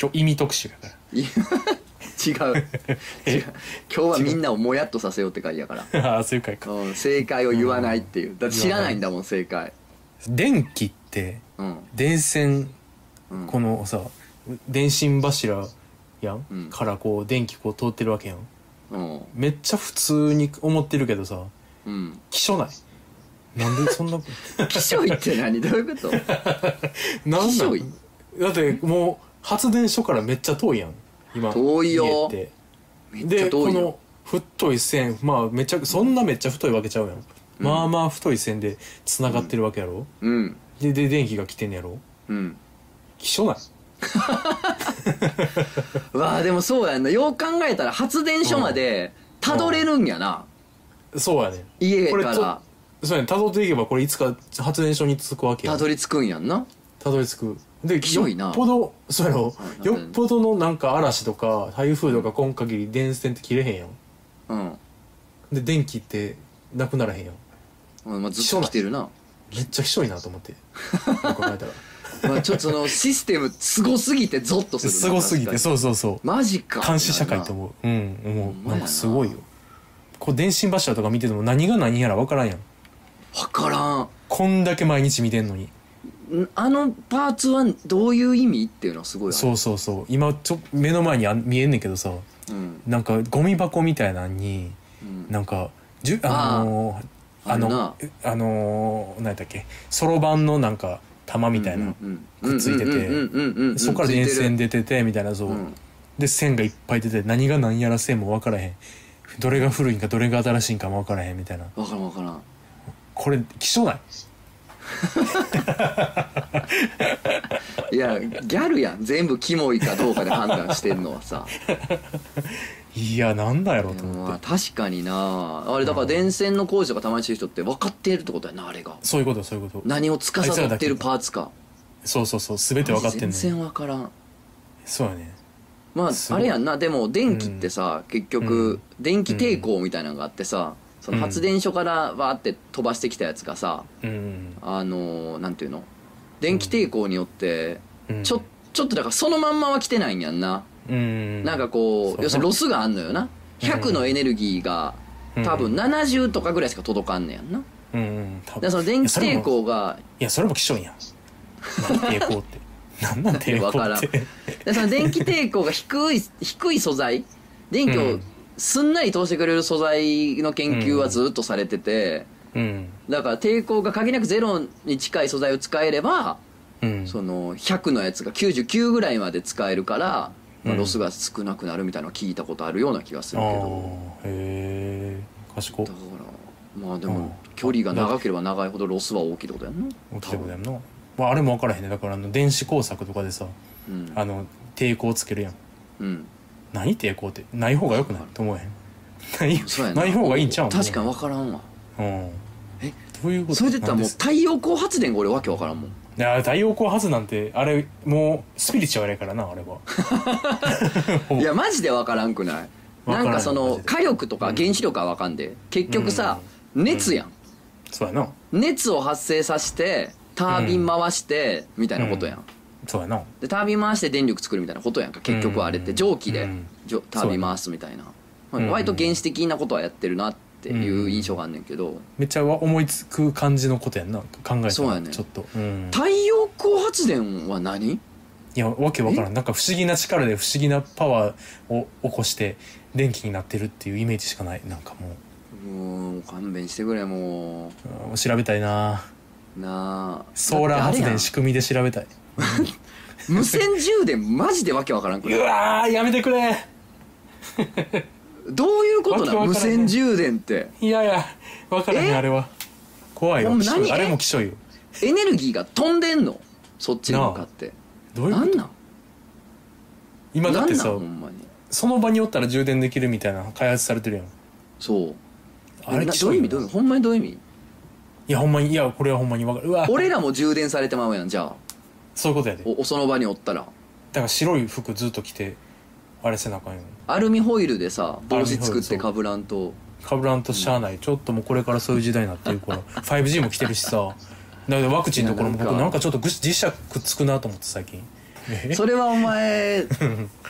B: 今日意味特集やか ら
A: いや違う違う今日はみんなをもやっとさせようって会やから
B: ああそういう回か
A: うん正解を言わないっていうだって知らないんだもん正解
B: 電気って
A: うん
B: 電線
A: うん
B: このさ電信柱やん、
A: うん
B: からこう電気こう通ってるわけやん
A: うん
B: めっちゃ普通に思ってるけどさ
A: うん
B: 気象ないなんで そんな
A: 気象いって何どういう こと
B: なんなん
A: 気象い
B: だってもう発電所からめっちゃ遠いやん今
A: 遠いよ
B: 家って
A: めっちゃ
B: で
A: 遠
B: こ
A: いよ
B: の太い線まあめっちゃそんなめっちゃ太いわけちゃうやん、まあまあ太い線でつながってるわけやろ、
A: うん
B: でで電気が来てんねやろ
A: うん
B: 気象ない
A: わあでもそうやんなよう考えたら発電所までたどれるんやな
B: そうやねん
A: 家
B: こ
A: か
B: れち
A: ら
B: ょそうやねん辿っていけばこれいつか発電所に着くわけやん
A: たどり着くんやんな
B: たどり着くで
A: ひどいな
B: よっぽどそうやろ
A: はい
B: よっぽどのなんか嵐とか台風とか今限り電線って切れへんやん
A: うん
B: で電気ってなくならへんやん
A: うんまあずっと来てるな
B: めっちゃひしょいなと思ってよく考えたら
A: まあちょっとそ のシステムすごすぎてゾッとするな
B: すごすぎて
A: 確か
B: そうそうそう
A: にマジか
B: 監視社会と思ううん思
A: ほん
B: う
A: まやな
B: なんかすごいよこう電信柱とか見てても何が何やら分からんやん
A: 分からん
B: こんだけ毎日見てんのに
A: んあのパーツはどういう意味っていうのはすごい、
B: そううそうそう今ちょ目の前にあん見えんねんけどさ
A: うん
B: なんかゴミ箱みたいなんに
A: うん、
B: なんかじゅあのー
A: あ
B: あ
A: るな
B: のえあのー何だっけそろばんのなんか玉みたいな、くっついててそこから電線
A: で
B: 出ててみたいな像、
A: うん
B: で線がいっぱい出て何が何やらせんも分からへんどれが古いんかどれが新しいんかも分からへんみたいな
A: 分からん分からん
B: これ希少ない
A: いやギャルやん全部キモいかどうかで判断してんのはさ
B: いやなんだやろう
A: で
B: と
A: も
B: 思
A: ま
B: っ
A: あ
B: て
A: 確かになあれだから電線の工事とかたまにしてる人って分かってるってことやなあれが
B: そういうことそういうこと
A: 何を司
B: あいつら
A: っ
B: だ
A: て
B: け
A: るパーツか
B: そうそうそう全て分かってんの
A: 全
B: に
A: 然分からん
B: そうやね
A: まあ
B: す
A: あ
B: ごい
A: れやんなでも電気ってさ、結局電気抵抗みたいなのがあってさ、その発電所からわーって飛ばしてきたやつがさ、
B: うん
A: あのーなんていうの電気抵抗によって
B: うん
A: ちょちょっとだからそのまんまは来てないんやんな、
B: うん
A: なんかこ
B: そう
A: う要するにロスがあんのよな100のエネルギーが
B: うん
A: 多分70とかぐらいしか届かんねやんなだか
B: うんうん多
A: らその電気抵
B: いやそれも
A: 抗が
B: いやそれも希少いやん何抵抗って なんなん抵
A: わから
B: 抗
A: ん
B: って
A: でその電気抵抗が低い 低い素材電気
B: う
A: を
B: ん
A: すんなり通してくれる素材の研究はずっとされてて、
B: うん
A: だから抵抗が限りなくゼロに近い素材を使えれば
B: うん
A: その100のやつが99ぐらいまで使えるから、まあ
B: うん
A: ロスが少なくなるみたいなのを聞いたことあるような気がす
B: あ
A: る
B: あ
A: けど、
B: ーへえ賢っ
A: だからまあでも
B: うん
A: 距離が長ければ長いほどロスは大きいってことやんな
B: 起きてことやんな、まあ、あれも分からへんねだからあの電子工作とかでさ
A: うん
B: あの抵抗つけるやん
A: うん
B: 何抵抗ってない方がよくないと思えへんない
A: そうやな
B: ない方がいいんちゃうん
A: 確かに分からんわ
B: うん
A: え
B: どういうこと
A: それで言ったら
B: なん
A: もう
B: です
A: 太陽光発電が俺わけわからんもん
B: いや太陽光発なんてあれもうスピリチュアルやからなあれは
A: いやマジでわからんくないな
B: わからん
A: んかそ
B: マ
A: の
B: ジで
A: 火力とか原子力はわかんで結局さ熱やん
B: そうやな
A: 熱を発生させてタービン回してみたいなことやん
B: そうやな
A: でタービン回して電力作るみたいなことやんか結局はあれって
B: うん
A: 蒸気で
B: うん
A: じょタービン回すみたいなまあ
B: うん
A: 割と原始的なことはやってるなっていう印象があんねんけど
B: めっちゃ思いつく感じのことやんな考えた
A: そうや
B: ら
A: ね
B: ちょっと、うん
A: 太陽光発電は何
B: いやわけわからんなんか不思議な力で不思議なパワーを起こして電気になってるっていうイメージしかないなんかも
A: もう勘弁してくれも
B: ううん調べたいな
A: うなあ
B: ソーラー発電仕
A: し
B: 組みで調べたい
A: 無線充電マジでわけわからんく
B: う
A: ない
B: わーやめてくれ
A: どういうことなの
B: わけ
A: 無
B: わからんね
A: 線充電って
B: いやいやわからへ
A: え
B: んあれは怖いよ
A: ほんま
B: 希少い
A: 何
B: あれも希少いよ
A: エネルギーが飛んでんのそっちに向かって
B: どういう
A: な
B: こ
A: ん
B: と
A: なん
B: 今だ
A: な
B: って
A: んなん
B: さ
A: ほんまに
B: その場におったら充電できるみたいな開発されてるやん
A: そう
B: あれ
A: な
B: 希
A: どう
B: 少
A: いう意
B: いよ
A: 味どういう意味ほんまにどういう 意味
B: いやほんまにいやこれはほんまにわかるうわ
A: 俺らも充電されてまうやんじゃあ
B: そういうことやでだか
A: おおその場におったら
B: ら白い服ずっと着てあれせなあかんよ
A: アルミホイルでさ帽子
B: アルミホイ
A: 作っ
B: ルそ
A: て
B: う
A: かぶらんと
B: かぶらんとしゃあない、ちょっともうこれからそういう時代になってるから 5G も来てるしさだからワクチンのところも
A: いや
B: 僕
A: なんか
B: なんかちょっとぐし磁石くっつくなと思って最近え
A: それはお前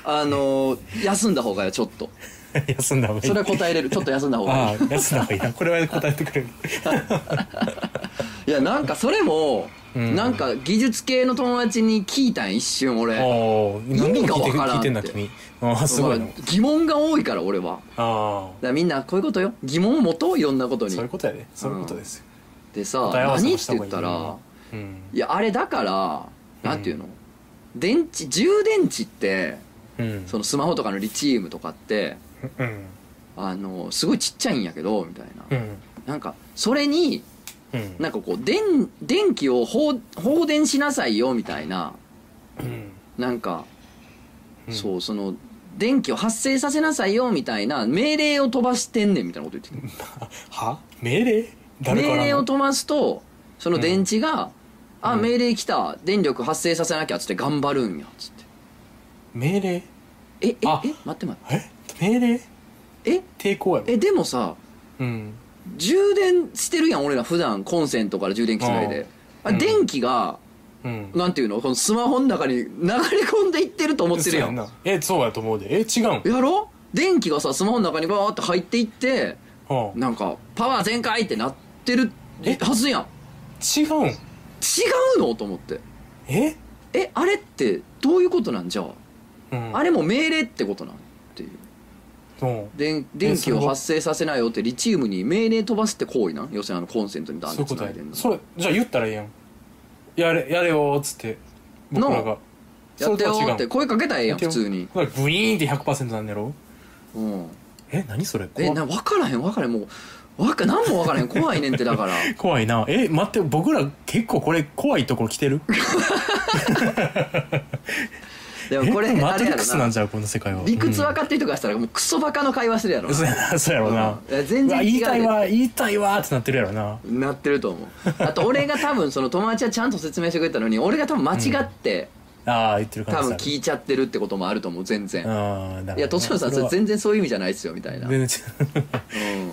A: あの休んだ方がよちょっと
B: 休んだ方がいい
A: それは答えれるちょっと休んだ方がい
B: ああ休んだ方がいいなこれは答えて くれる
A: いいやなんかそれも、
B: うん
A: なんか技術系の友達に聞いたん一瞬俺
B: ああ何でも聞いて
A: 意味がわからんって
B: 聞いてんだ君ああすごいな
A: まあ疑問が多いから俺は
B: あ
A: だからみんなこういうことよ疑問を持とういろんなこと
B: あ
A: に
B: そういうことやでそういうことですよ、
A: でさ
B: 答え合わせ
A: 何
B: も
A: っ
B: してた
A: 言
B: 方が
A: っ
B: いい
A: たら
B: うん
A: いやあれだからなんていうの、電池充電池って
B: うん
A: そのスマホとかのリチウムとかって
B: うん
A: あのすごいちっちゃいんやけどみたいな、
B: うん
A: なんかそれに
B: うん
A: なんかこう電電気を放放電しなさいよみたいな
B: うん
A: なんか、
B: うん
A: そうその電気を発生させなさいよみたいな命令を飛ばしてんねんみたいなこと言ってる
B: は命令 誰から
A: 命
B: の
A: 令を飛ばすとその電池が「あ
B: うん
A: 命令来た電力発生させなきゃ」っつって頑張るんやっつって
B: 命令
A: 「えええ
B: あ
A: 待って待っ
B: え命令
A: てえ
B: 抵抗やろ
A: えでもさ
B: うん
A: 充電してるやん俺ら普段コンセントから充電器つないであ
B: うん
A: 電気が
B: うん
A: なんていうのこのスマホの中に流れ込んでいってると思ってるや
B: そうん
A: や
B: なえそうやと思うでえ違うん
A: ろ電気がさスマホの中にバーって入っていって
B: はあ
A: なんかパワー全開ってなってる
B: え
A: はずやん違
B: 違うん
A: うのと思って
B: え
A: えあれってどういうことなんじゃあ
B: うん
A: あれも命令ってことなんっていう
B: うん
A: で電気を発生させないよってリチウムに命令飛ばすって行為なん要するにあのコンセントにダン
B: そうい
A: と
B: うこ
A: つ
B: と
A: な
B: や
A: いでんの
B: それじゃあ言ったらいいやんやれやれよーっつって僕らが
A: のやってよーって声かけたらええやん普通に、
B: これブイーンって100%なんだろ
A: うん、
B: え何それ
A: え
B: 怖
A: な分からへん分からへんもうわか何も分からへん怖いねんってだから
B: 怖いなえ待って僕ら結構これ怖いところ来てる
A: で
B: え
A: もこれ
B: マ
A: あ
B: ト
A: れや
B: リック
A: ろ
B: スなん
A: な
B: じゃうこの世界は
A: 理屈分
B: か
A: かってる人からしたらもうクソバカの会話するやろ
B: そう
A: な、
B: やなそうやろうな
A: うんいや全
B: う
A: 然
B: わ
A: 違う
B: 言いたいわ言いたいわーってなってるやろな
A: なってると思うあと俺が多分その友達はちゃんと説明してくれたのに俺が多分間違って、
B: ああ言ってる
A: 多
B: 感じ
A: 分聞いちゃってるってこともあると思う全然、
B: ああ
A: いや年野さんそれ全然そういう意味じゃないっすよみたいな、うん、
B: 全然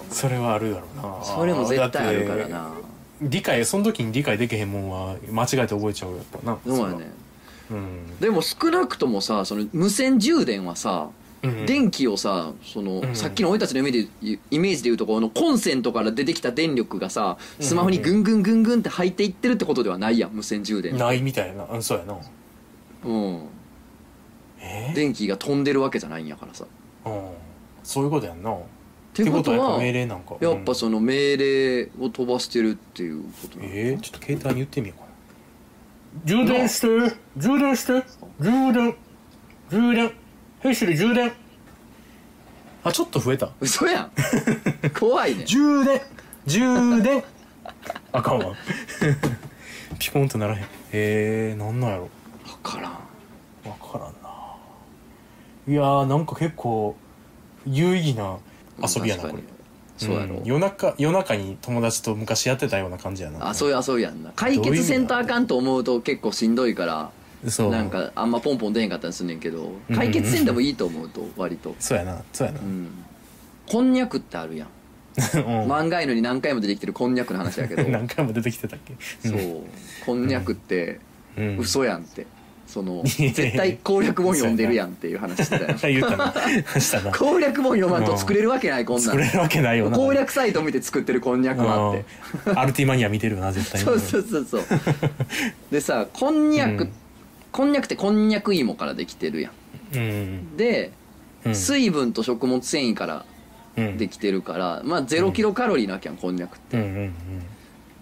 B: それはあるだろう な
A: それも絶対あるから
B: だって
A: な
B: 理解その時に理解できへんもんは間違えて覚えちゃうやっぱな
A: そうやね
B: そらうん
A: でも少なくともさその無線充電はさ、
B: うん
A: 電気をさその、
B: うん
A: さっきの俺たちのイメージでイメージでいうとこのコンセントから出てきた電力がさスマホにぐんぐんぐんぐんって入っていってるってことではないやん無線充電
B: ないみたいなうんそうやな
A: うん
B: えー
A: 電気が飛んでるわけじゃないんやからさっ
B: うんそういうことやんなって
A: こと
B: やっ
A: は
B: ぱ命令なんか
A: やっぱその命令を飛ばしてるっていうこと
B: うん
A: なの
B: えーちょっと携帯に言ってみようかな充電して充電して充電充電ヘイシリ充電あちょっと増えた
A: 嘘 やん怖いね
B: 充電充電あかんわ ピコンとならへんえー、なんなんやろ
A: 分からん
B: 分からんないやーなんか結構有意義な遊びやな
A: 確か
B: こ
A: に
B: れ
A: そうやろ、
B: ん夜中夜中に友達と昔やってたような感じやな
A: あそういう遊びやんな解決せんとあかんと思うと結構しんどいから
B: そう
A: なんかあんまポンポン出へんかったりすんねんけど解決せんでもいいと思うと割と
B: そうやなそうやな
A: う、んこんにゃくってあるやん
B: うん
A: 漫画犬に何回も出てきてるこんにゃくの話や けど
B: 何回も出てきてたっけ
A: そうこんにゃくって
B: うん、うん、
A: 嘘やんってその絶対攻略本読んでるやんっていう話してた よ
B: 言うたなしたな
A: 攻略本読まんと作れるわけないこんな
B: 作れ
A: ん
B: るわけないよな
A: 攻略サイト見て作ってるこんにゃくはって
B: うんアルティマニア見てるよな絶対に
A: そうそうそうそうでさこんにゃく、
B: うん
A: こんにゃくってこんにゃく芋からできてるやん
B: うん
A: で、
B: うん
A: 水分と食物繊維から
B: うん
A: できてるからまあ0キロカロリーなきゃんこんにゃくって
B: うんうん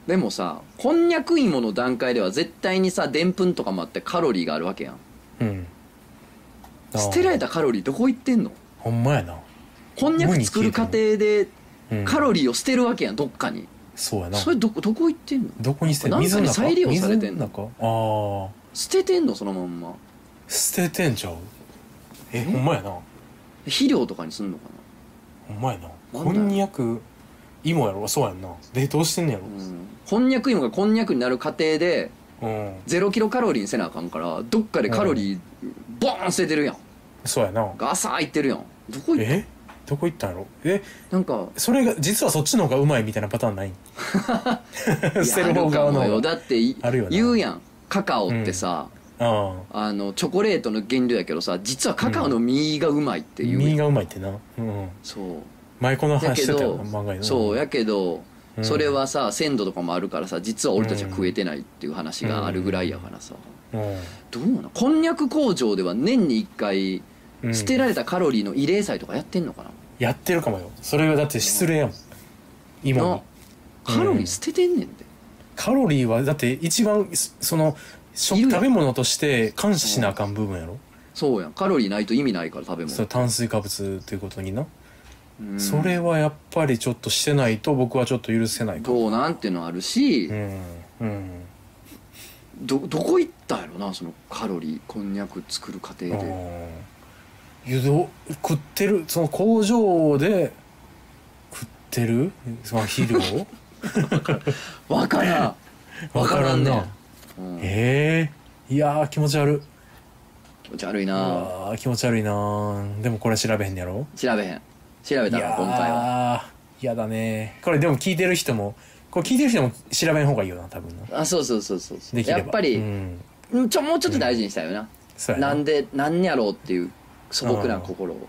A: でもさこんにゃく芋の段階では絶対にさでんぷんとかもあってカロリーがあるわけやん
B: うんうんあー
A: 捨てられたカロリーどこ行ってんの
B: ほんまやな、
A: こんにゃく作る過程で
B: うん、
A: カロリーを捨てるわけやんどっかに
B: そうやな
A: それどこどこ行ってんの
B: どこに捨て
A: なんかに
B: 水の中
A: 再利用されてんの
B: 水の中ああ
A: 捨ててんのそのまんま
B: 捨ててんちゃうえほんまやな
A: 肥料とかにすんのか
B: ほんまやな
A: なんだ
B: こんにゃく芋やろそうやんな冷凍してんねや
A: な、うん、こんにゃく芋がこんにゃくになる過程で
B: ろうん
A: ゼロキロカロリーにせなあかんからどっかでカロリーボーン捨ててるやん
B: そうやな
A: ガサーいってるやんどこい
B: えどこ行ったんやろえ
A: なんか
B: それが実はそっちの方がうまいみたいなパター ンない
A: い
B: 捨て
A: や
B: る
A: あ
B: 方
A: るか
B: 側の
A: もよ
B: 方が
A: だってい
B: あるよな
A: 言うやんカカオってさ、
B: ああ
A: あのチョコレートの原料やけどさ実はカカオの実がうまいっていう、
B: 右がうまいってなうん
A: そう
B: 前この
A: だ
B: 話
A: け
B: してた
A: ど
B: よな漫画の
A: そうやけど、
B: うん
A: それはさ鮮度とかもあるからさ実は俺たちは食えてないっていう話があるぐらいやからさ、
B: う
A: どうなのこんにゃく工場では年に1回
B: ん
A: 捨てら
B: れ
A: れたカロリーの慰霊祭とかやってんのかな、
B: やってるかもよそれはだって失礼やもん芋
A: な
B: に
A: カロリー捨ててんねんで、
B: カロリーはだって一番すその食
A: いるやん
B: 食べ物として感謝しなあかん部分やろ
A: そうやんカロリーないと意味ないから食べ物
B: そう炭水化物ということにな、
A: うん
B: それはやっぱりちょっとしてないと僕はちょっと許せないかも
A: どうなんていうのあるし、
B: うんうん
A: どどこ行ったんやろなそのカロリーこんにゃく作る過程
B: う
A: で
B: んゆど食ってるその工場で食ってるその肥料
A: わからん
B: わからん
A: わ
B: な
A: からんねん、うん
B: ええいやー気持ち悪い
A: 気持ち悪いうな
B: わー気持ち悪いなーでもこれ調べへんねやろ
A: 調べへん調べた
B: い
A: ら
B: や
A: 今回は
B: ーやだねこれでも聞いてる人もこれ聞いてる人も調べん方がいいよな多分な
A: あそうそうそうそうそう
B: できれば
A: やっぱり、
B: うん、
A: うんちょもうちょっと大事にしたいよな、
B: そうやな
A: なんでなんやろうっていう素朴な心を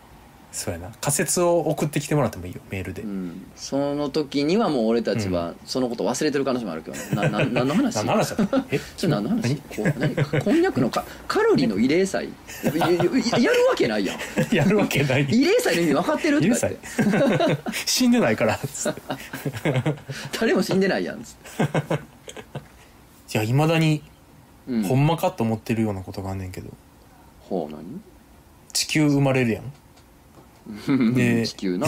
B: そうやな仮説を送ってきてもらってもいいよメールで、
A: うん、その時にはもう俺たちはそのこと忘れてる可能性もあるけどね、なな何の話
B: 何の話だった え
A: ちょ何の話こう何こんにゃくのカカロリーの慰霊祭いやいややるわけないやん
B: やるわけない
A: 慰霊祭の意味分かってると
B: ゆう
A: か
B: さ
A: 言っ
B: ん
A: て
B: 死んでないからっつって
A: 誰も死んでないやんつって、
B: いやいまだに
A: うん、
B: ほんまかと思ってるようなことがあんねんけど
A: ほう何
B: 地球生まれるやん で
A: 地球な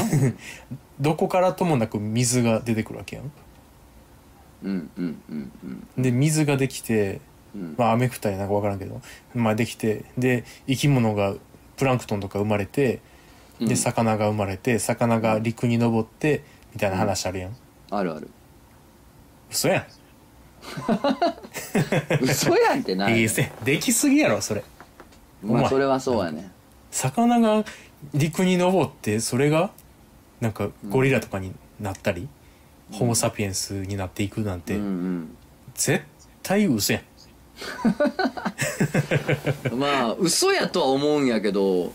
B: どこからともなく水が出てくるわけやん
A: うんうんうんうん
B: で水ができて
A: うん
B: まあ雨降ったりなんか分からんけど、まあ、できてで生き物がプランクトンとか生まれて
A: う
B: で
A: ん
B: 魚が生まれて魚が陸に登ってみたいな話あるやん
A: あるあ る
B: 嘘やん
A: 嘘やんってな
B: ええ
A: い、
B: せできすぎやろそれお
A: まあ
B: 前
A: それはそうやね
B: 魚が陸に登ってそれがなんかゴリラとかになったり、ホモ・サピエンスになっていくなん
A: う
B: て、
A: ん
B: 絶対嘘やん
A: うんまあ嘘やとは思うんやけど
B: うん、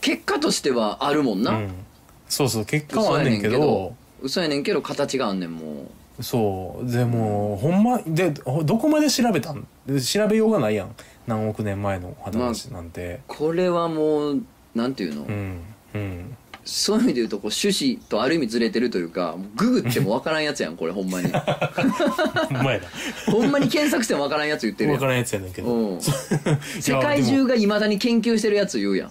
A: 結果としてはあるもんな、
B: うんそうそう結果はあんねんけど
A: 嘘やねんけど形があんねんも
B: そうでもほんまでどこまで調べたんで調べようがないやん何億年前の話なんて、
A: うこれはもうなんていうの、
B: うんうん
A: そういう意味で言うとこう趣旨とある意味ずれてるというかもうググっても分からんやつやんこれほんま に
B: ほんま やな
A: ほんまに検索しても分からんやつ言ってる
B: 分
A: や
B: か
A: ん
B: らんやつやねんけど
A: うん、世界中がいまだに研究してるやつ言うやん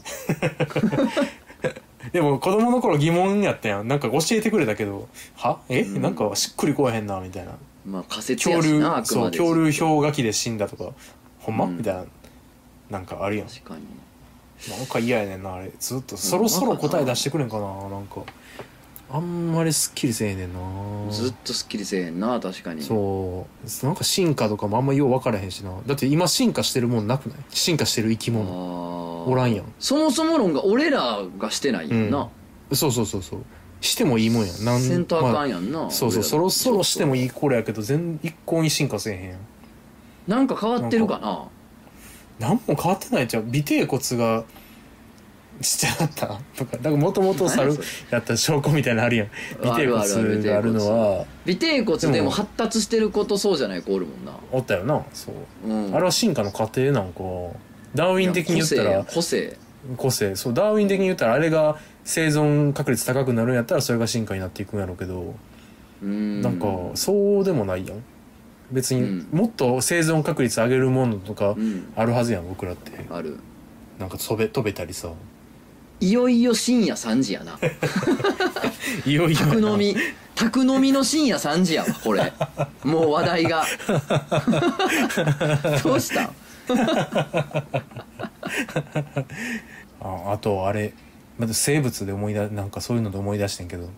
B: でも子供の頃疑問やったやんなんか教えてくれたけどはえ、なんかしっくりこえへんなみたいな
A: まあ仮説
B: 恐
A: やし
B: 竜
A: なあく
B: そ
A: ま
B: う
A: で
B: 恐竜氷河期で死んだとかほんま、
A: うん
B: みたいななんかあるやん
A: 確かに
B: なんか嫌やねんなあれずっとそろそろ答え出してくれんかななんかあんまりすっきりせえへんねんな
A: ずっとすっきりせえへんな確かに
B: そうなんか進化とかもあんまよう分からへんしなだって今進化してるもんなくない進化してる生き
A: あ
B: 物
A: ー
B: おらんやん
A: そもそも論が俺らがしてないやんな、
B: そうそうそうそうしてもいいもんやなん
A: センターあかん
B: ま
A: やんな、
B: あそうそうそろそろしてもいい頃やけど全一向に進化せえへんやん
A: なんか変わってるかな
B: 何も変わってないじゃん尾てい骨がちっちゃかったとかだからもともと猿
A: 何それ
B: やった証拠みたいなのあるやん尾
A: あ
B: てい
A: るあるある
B: 骨があるのは
A: 尾てい骨でも発達してることそうじゃない子おるもんな、
B: おったよなそう、
A: うん、
B: あれは進化の過程なんかダーウィン的に言った
A: い
B: ら
A: や個性や個性
B: 個性そうダーウィン的に言ったらあれが生存確率高くなるんやったらそれが進化になっていくんやろうけど、
A: うん
B: なんかそうでもないやん別に
A: うん
B: もっと生存確率上げるものとか
A: うん
B: あるはずやん僕らって
A: ある
B: なんか飛べ飛べたりさ
A: いよいよ深夜3時やな
B: いよいよやな
A: 宅飲 み宅飲みの深夜3時やわこれもう話題 がどうしたん
B: ああとあれまた生物で思い出なんかそういうので思い出してんけど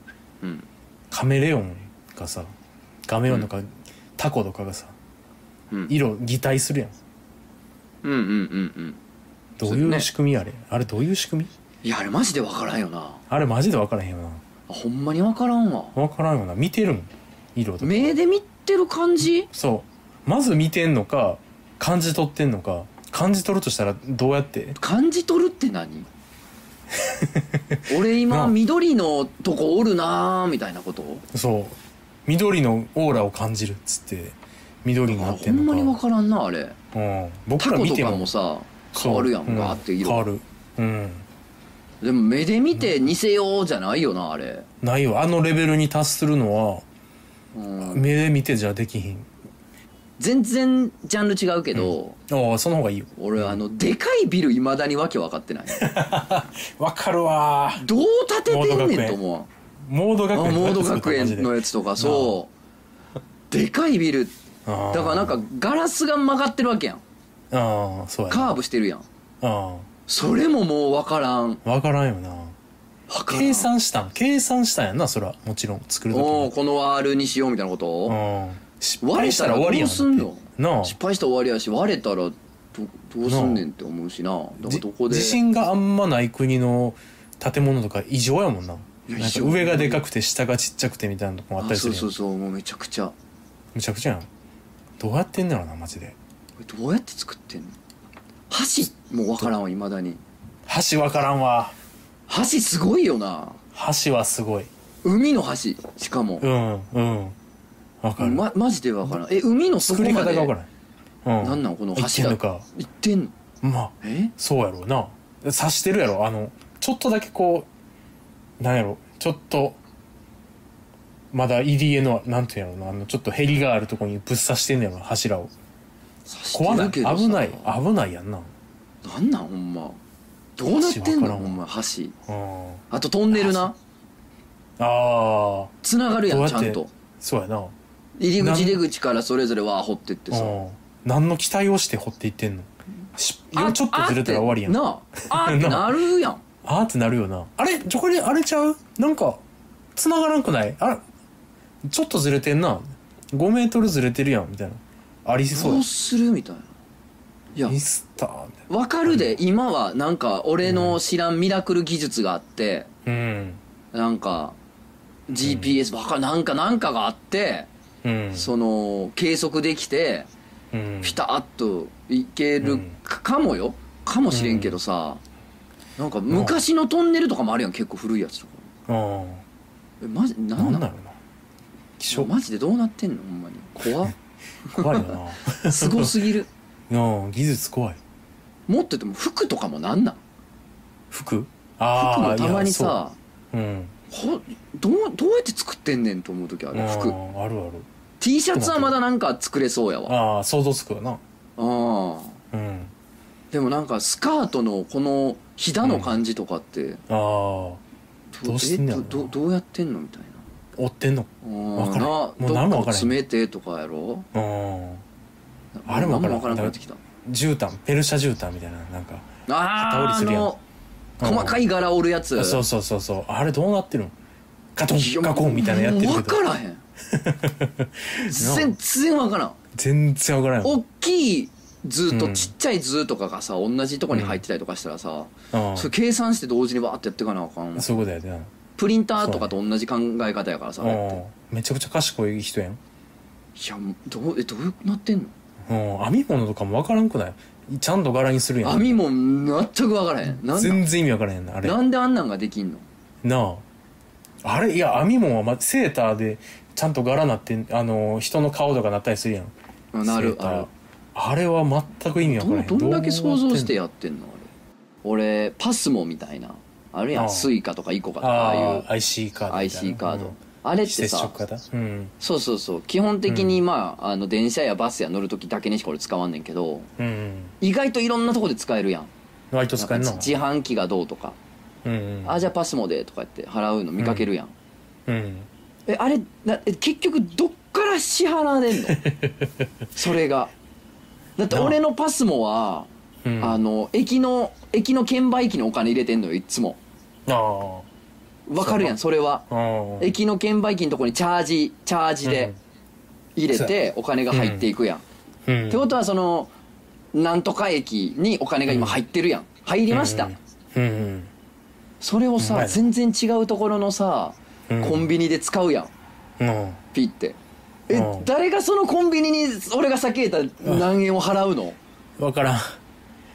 A: うん
B: カメレオンがさガメオンとか、タコとかがさ
A: うん
B: 色擬態するやん
A: うんうんうんうん
B: どう
A: そう
B: い
A: ね
B: う仕組みあれ、あれどういう仕組み
A: いやあれマジで分からんよな
B: あれマジで分からへんよな
A: あほんまに分からんわ
B: 分からんよな見てるもん色とか
A: 目で見てる感じ
B: そうまず見てんのか感じ取ってんのか感じ取るとしたらどうやって
A: 感じ取るって何俺今
B: な
A: 緑のとこおるなーみたいなこと
B: そう緑のオーラを感じるっつって緑に
A: あ
B: なって
A: ほ
B: ん
A: んま
B: のか
A: に分からんなあれ
B: うん、僕
A: タ
B: ら
A: コ
B: 見
A: と
B: て
A: か
B: も
A: もさ
B: そう
A: 変わるやん
B: う
A: かって色
B: 変わるうん
A: でも目で見て似せようじゃないよなあれ、
B: ないよあのレベルに達するのは
A: うん、
B: 目で見てじゃできひん
A: 全然ジャンル違うけど、
B: ああその方がいいよ
A: 俺あのでかいビルいまだにわけ分か ってない
B: わかるわ
A: どう建ててんねんと
B: モ
A: 思
B: モード
A: うあ
B: 学園
A: モード学園のや
B: つ
A: つとかそうでかいビル
B: だ
A: だからなんかガラスが曲がってるわけやん
B: ああそうやな
A: カーブしてるやん
B: あ
A: それももう分からん
B: あわからんよな
A: 分からん
B: 計算したん計算したんやんなそらもちろん作る時
A: おー
B: に
A: この R にしようみたいなこと、
B: うん失
A: 割
B: 敗
A: れ
B: したた
A: ら
B: ら
A: ど
B: 終わりや
A: うんすんの
B: なあ
A: 失敗したら終わりやし割れたらどどうすんねんって思うしなだから
B: じ
A: どこで
B: 地震があんまない国の建物とか異常やもんな
A: や
B: なん
A: 異
B: か
A: 常
B: 上がでかくて下がちっちゃくてみたいなとこもあった
A: あ
B: りす
A: そ
B: る
A: う
B: や
A: そ
B: ん
A: うそうもうめちゃくちゃ
B: むちゃくちゃやんどうやってんだろうなマジで
A: どうやって作ってんの箸もう分からんわいまだに
B: 橋わからんわ
A: 箸すごいよな
B: 箸はすごい
A: 海の箸しかも
B: う、んうんわかる、
A: ま、マジでわからんえ海のそこ
B: 作
A: ま
B: り
A: で
B: 方がわからん、うん、
A: なんなんこの
B: 言っ
A: 箸
B: てん
A: が
B: のか
A: いってんの
B: まあ
A: え
B: そうやろうな刺してるやろあのちょっとだけこうなんやろちょっとまだ入り江のなんていうんやろうなあのちょっとへりがあるとこにぶっ刺してんのやろ柱を
A: 刺して
B: 怖ない
A: るけどさ
B: 危ない危ないやんな
A: なんなんほんまどうなってん
B: 箸わ
A: の
B: からん
A: ほんま箸
B: うんあ
A: あとトンネルな
B: あ
A: つながるや
B: どうんや
A: ち
B: っ
A: ゃ
B: て
A: んと
B: そうやなう
A: 入り
B: なん
A: 口出口からそれぞれわー掘ってってさ
B: ん何の期待をして掘っていってんのし
A: あ
B: ちょっとずれたら終わりやん
A: あってなああーってな るやん
B: あーってなるよなあれジョコリあれちゃうなんか繋がらんくないあれちょっとずれてんな5メートルずれてるやんみたいなありそう
A: ど
B: や
A: うするみたいないや
B: ミスターみたい
A: わかるで今はなんか俺の知らんミラクル技術があって
B: なうん
A: なんか GPS わかなんかなんかがあって
B: うん
A: その計測できて
B: うん
A: ピタッといけるかかもよかもしれんけどさなんか昔のトンネルとかもあるやん結構古いやつとか
B: あ
A: えマジな
B: あなんん
A: な
B: だ
A: ん
B: ろうな気象
A: マジでどうなってんのほんまに怖っ
B: 怖いよ
A: すごすぎる
B: なうん技術怖い
A: 持ってても服とかもなんなん
B: 服
A: 服
B: あ
A: も
B: あ
A: たまに
B: いや
A: さ
B: そううん
A: ほどうどうやって作ってんねんと思う時ある服
B: うんあるある
A: T シャツはまだなんか作れそうやわ
B: ああ想像つくよな
A: あ
B: うん
A: でもなんかスカートのこのひだの感じとかって、
B: ああどうしてんねや
A: え
B: ろ
A: ど
B: な
A: どどうやってんのみたいな
B: 追ってんの
A: あー
B: わからん
A: な
B: も
A: ど
B: う
A: っ
B: 何も
A: か
B: わからん
A: 詰めてとかやろ
B: うんあれもわか
A: 何
B: らん
A: もわからなくなってきた
B: 絨毯ペルシャ絨毯みたいななんか
A: あ
B: 肩
A: あ
B: 折りす
A: ーあ
B: るやん
A: の細かい柄折るやつ
B: あそうそうそうそうあれどうなってるのガト
A: いや
B: ンガコンみたいなのやってるけど
A: もう分からへん 全然分からん
B: 全然わからんよ
A: 大きい図
B: う
A: と
B: ん
A: ちっちゃい図とかがさ同じとこに入ってたりとかしたらさ、
B: うん
A: それ計算して同時にバーってやっていかなあかんわ
B: そういうことやね
A: プリンターとかと同じ考え方やからさ、あれって
B: うんめちゃくちゃ賢い人やん
A: いやどうえどうなってんの
B: うん編み物とかもわからんくないちゃんと柄にするやん
A: 編みも全く分からへんなんなん
B: 全然意味わからへんなあれ
A: なんであんなんができんの
B: なああれいや編み物は、ま、セーターでちゃんと柄なってんあの人の顔とかなったりするやん
A: あな
B: セ
A: る
B: ーター
A: あ
B: あれは全く意味
A: る
B: わからへん
A: どどんだけ
B: どう
A: 想
B: なってんの
A: 像してやってんのあれ俺パスモみたいなあるや
B: ああ
A: んスイカとかイコカとかああい
B: あ
A: う
B: あ IC カードみたいな
A: IC カー
B: う
A: ド
B: ん
A: あれっ
B: 非接
A: てさ
B: 触型うん
A: そうそうそう基本的にまああの電車やバスや乗る時だけにしか俺使わんねんけど
B: うんうん
A: 意外といろんなとこで使えるやん
B: 割と使える
A: な
B: なん
A: か自販機がどうとか
B: うんうん
A: あじゃあパスモでとか言って払うの見かけるやん
B: うん
A: えあれなえ結局どっから支払えん のそれがだって俺のパスモは、
B: うん
A: あの駅の駅の券売機にお金入れてんのよいっつも
B: あ
A: わかるやんそれは
B: あああ
A: 駅の券売機のとこにチャージチャージで入れてお金が入っていくやん、
B: うん
A: ってことはそのなんとか駅にお金が今入ってるやん、入りました、
B: うんうん
A: それを
B: うまい
A: さ
B: な
A: 全然違うところのさ、
B: うん
A: コンビニで使うやん
B: うん
A: ピってえ、
B: うん
A: 誰がそのコンビニに俺が避けた何円を払うの、
B: 分からん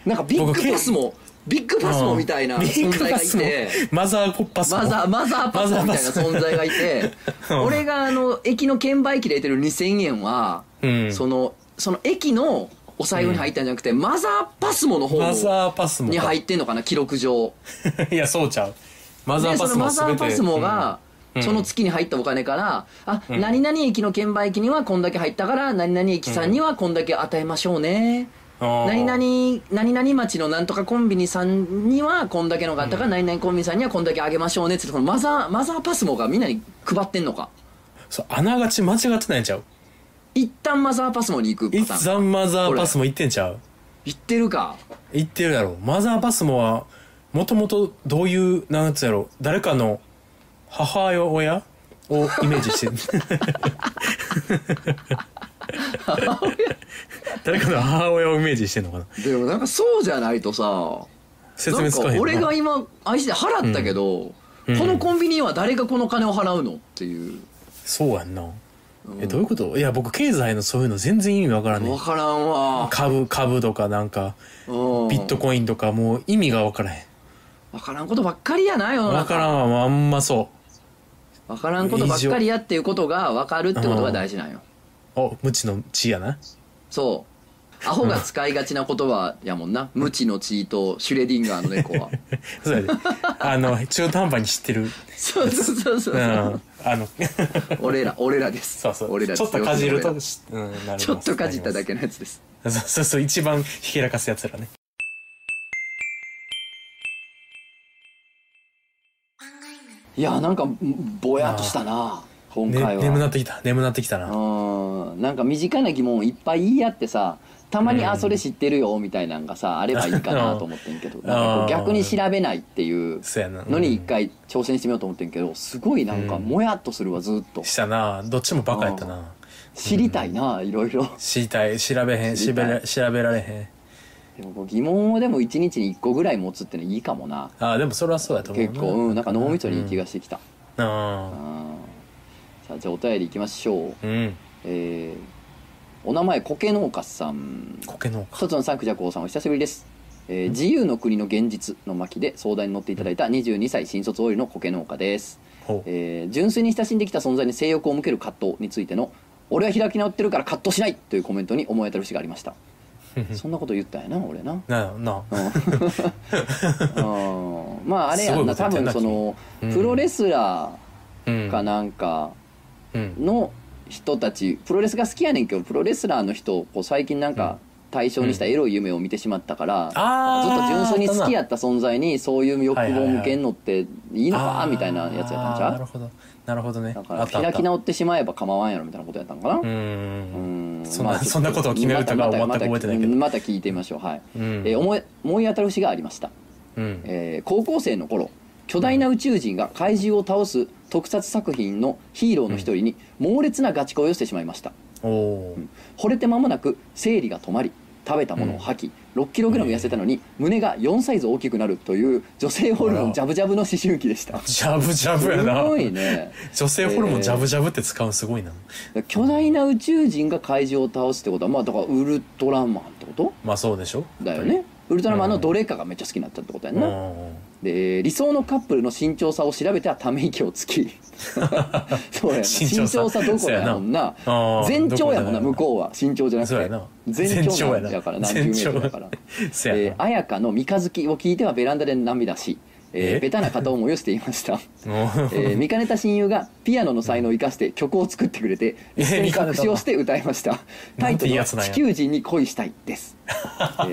A: なんかビッ
B: 僕
A: グパスもビッグパスもみたいな
B: うん
A: 存在がいて
B: マザーコッパスも
A: マザーマザーパスモみたいな存在がいて
B: うん
A: 俺があの駅の券売機で入れてる2000円は、
B: うん
A: そのその駅のお財布に入ったんじゃなくて、マザーパスモの方
B: マザーパスも
A: に入ってんのかな記録上
B: いやそうちゃうマザ
A: で
B: ー
A: そ
B: パ
A: の
B: スも
A: マザー
B: 全て
A: パスモが、
B: うん
A: その月に入ったお金から、あ、何々駅の券売機にはこんだけ入ったから、何々駅さんにはこんだけ与えましょうね。
B: うん
A: 何々、何々町のなんとかコンビニさんにはこんだけのがあったから、何々コンビニさんにはこんだけあげましょうねって、このマザー、マザーパスモがみんなに配ってんのか。
B: そうあながち間違ってないんちゃう
A: 一旦マザーパスモに行く
B: い
A: パ
B: つ
A: ターン。
B: ざマザーパスも行ってんちゃう
A: 行ってるか。
B: 言ってるやろマザーパスモはもともとどういうなんつうやろ誰かの母親をイメージしてる 誰かの母親をイメージしてんのかな
A: でもなんかそうじゃないとさ、
B: 説
A: な
B: 明
A: ん
B: つ
A: か
B: かへんな
A: 俺が今、愛して払ったけど、このコンビニは誰がこの金を払うのっていう。
B: そうやんな、えどういうこといや僕経済のそういうの全然意味わからんね
A: わ
B: ん
A: からんわ
B: 株株とかなんか
A: ビ
B: ビットコインとかもう意味がわからへん
A: 分からんことばっかりやな世の
B: わ
A: 中
B: からんわまんまそ
A: 分からんことばっかりやっていうことが分かるってことが大事なんよ
B: うお無知の知やな
A: そうアホが使いがちな言葉やもんな無知の血とシュレディンガーの猫は
B: そうやであの中途半端に知ってる
A: そうそうそうそう
B: うんあの
A: 俺ら俺らです
B: そうそう
A: 俺らです
B: ちょっとかじる
A: 要
B: と
A: す
B: し、うん、なり
A: るに俺ら
B: ます
A: ちょっとかじっただけのやつです
B: そうそうそう一番ひけらかすやつらね
A: いやなんかぼやっとしたな今
B: ね
A: 回は、
B: 眠なってきた眠なってきたな
A: うんなんか身近な疑問いっぱい言い合ってさたまに「あそれ知ってるよ」みたいなんがさあればいいかなと思ってんけどなんかこう逆に調べないっていう
B: そうやな
A: のに一
B: うん
A: 回挑戦してみようと思ってんけどすごいなんか
B: うん
A: もやっとするわずっと
B: したなどっちもバカやった
A: うん
B: な
A: 知りたいないろいろ
B: 知りたい調べへん
A: 知
B: 調
A: りた
B: べ
A: い
B: ら調べられへん
A: でもこう疑問をでも一日に1個ぐらい持つってのいいかもな
B: あーでもそれはそうやと思うな
A: 結構うんなんか脳みそにいい気がしてきた
B: あ
A: うんさあじゃあお便りいきましょう
B: あうん
A: えーお名前苔農家さん
B: 苔農家
A: 一つのサンクジャコウさんお久しぶりです、えー自由の国の現実の巻で相談に乗っていただいた22歳新卒オイルの苔農家です、
B: ほう
A: えー純粋に親しんできた存在に性欲を向ける葛藤についての俺は開き直ってるから葛藤しないというコメントに思えたる節がありましたそんなこと言ったんやな俺な
B: なな
A: うんうんまああれやんな
B: すご
A: 多
B: いこと言ってん
A: 分
B: な
A: その
B: 君うん
A: プロレスラ
B: うん
A: ーかなんか
B: うん
A: の人たちプロレスが好きやねんけどプロレスラーの人をこう最近なんか対象にしたエロい夢を見てしまったから、
B: あ
A: ずっ
B: ー
A: と純粋に好きやった存在にそういう欲望を向けんのっていいの
B: あ
A: か
B: ー
A: みたいなやつやったんちゃ
B: なる
A: う
B: ほどなるほどね
A: だか
B: あ
A: ら
B: ったあった
A: 開き直ってしまえば構わんやろみたいなことやったんかな、
B: う
A: うんん
B: そんな
A: まあちょっ
B: そんなことを決めるとかは全く覚えてないけど
A: またまたまた聞いてみましょうはい、
B: うん
A: えー思い思い当たる節がありました
B: うん
A: えー高校生の頃巨大な宇宙人が怪獣を倒す特撮作品のヒーローの一人に猛烈なガチ恋をしてしまいました
B: おおー
A: 惚れて間もなく生理が止まり食べたものを吐き 6kg 痩せたのに胸が4サイズ大きくなるという女性ホルモンジャブジャブの思春期でしたす
B: ジャブジャブやな
A: ごいね
B: 女性ホルモンジャブジャブって使うのすごいな
A: 巨大な宇宙人が怪獣を倒すってことはまあだからウルトラマンってこと
B: まあそうでしょ
A: だよねウルトラマンのどれかがめっちゃ好きになったってことや
B: うんん
A: な、
B: うん
A: で理想のカップルの身長差を調べてはため息をつ きそうやな
B: 身
A: 身
B: 長
A: 長
B: 差
A: 差どこやもんな
B: そうやなあー
A: 全長やもん
B: どこだよな
A: な向こうは身長じゃなく
B: そうや
A: て
B: な
A: 全長なんだから何十メ
B: 全
A: ー
B: 長
A: ト
B: や
A: ル
B: な
A: だから
B: せ
A: え
B: や
A: ー綾香の三日月を聞いてはベランダで涙し、えー
B: え
A: ベタな片思いをしていました、
B: なうん
A: えー見かねた親友がピアノの才能を生かして曲を作ってくれて
B: えー
A: 一緒に作詞をして歌いましたタイトル
B: なんていいや
A: は「
B: つなんや
A: 地球人に恋したい」です、え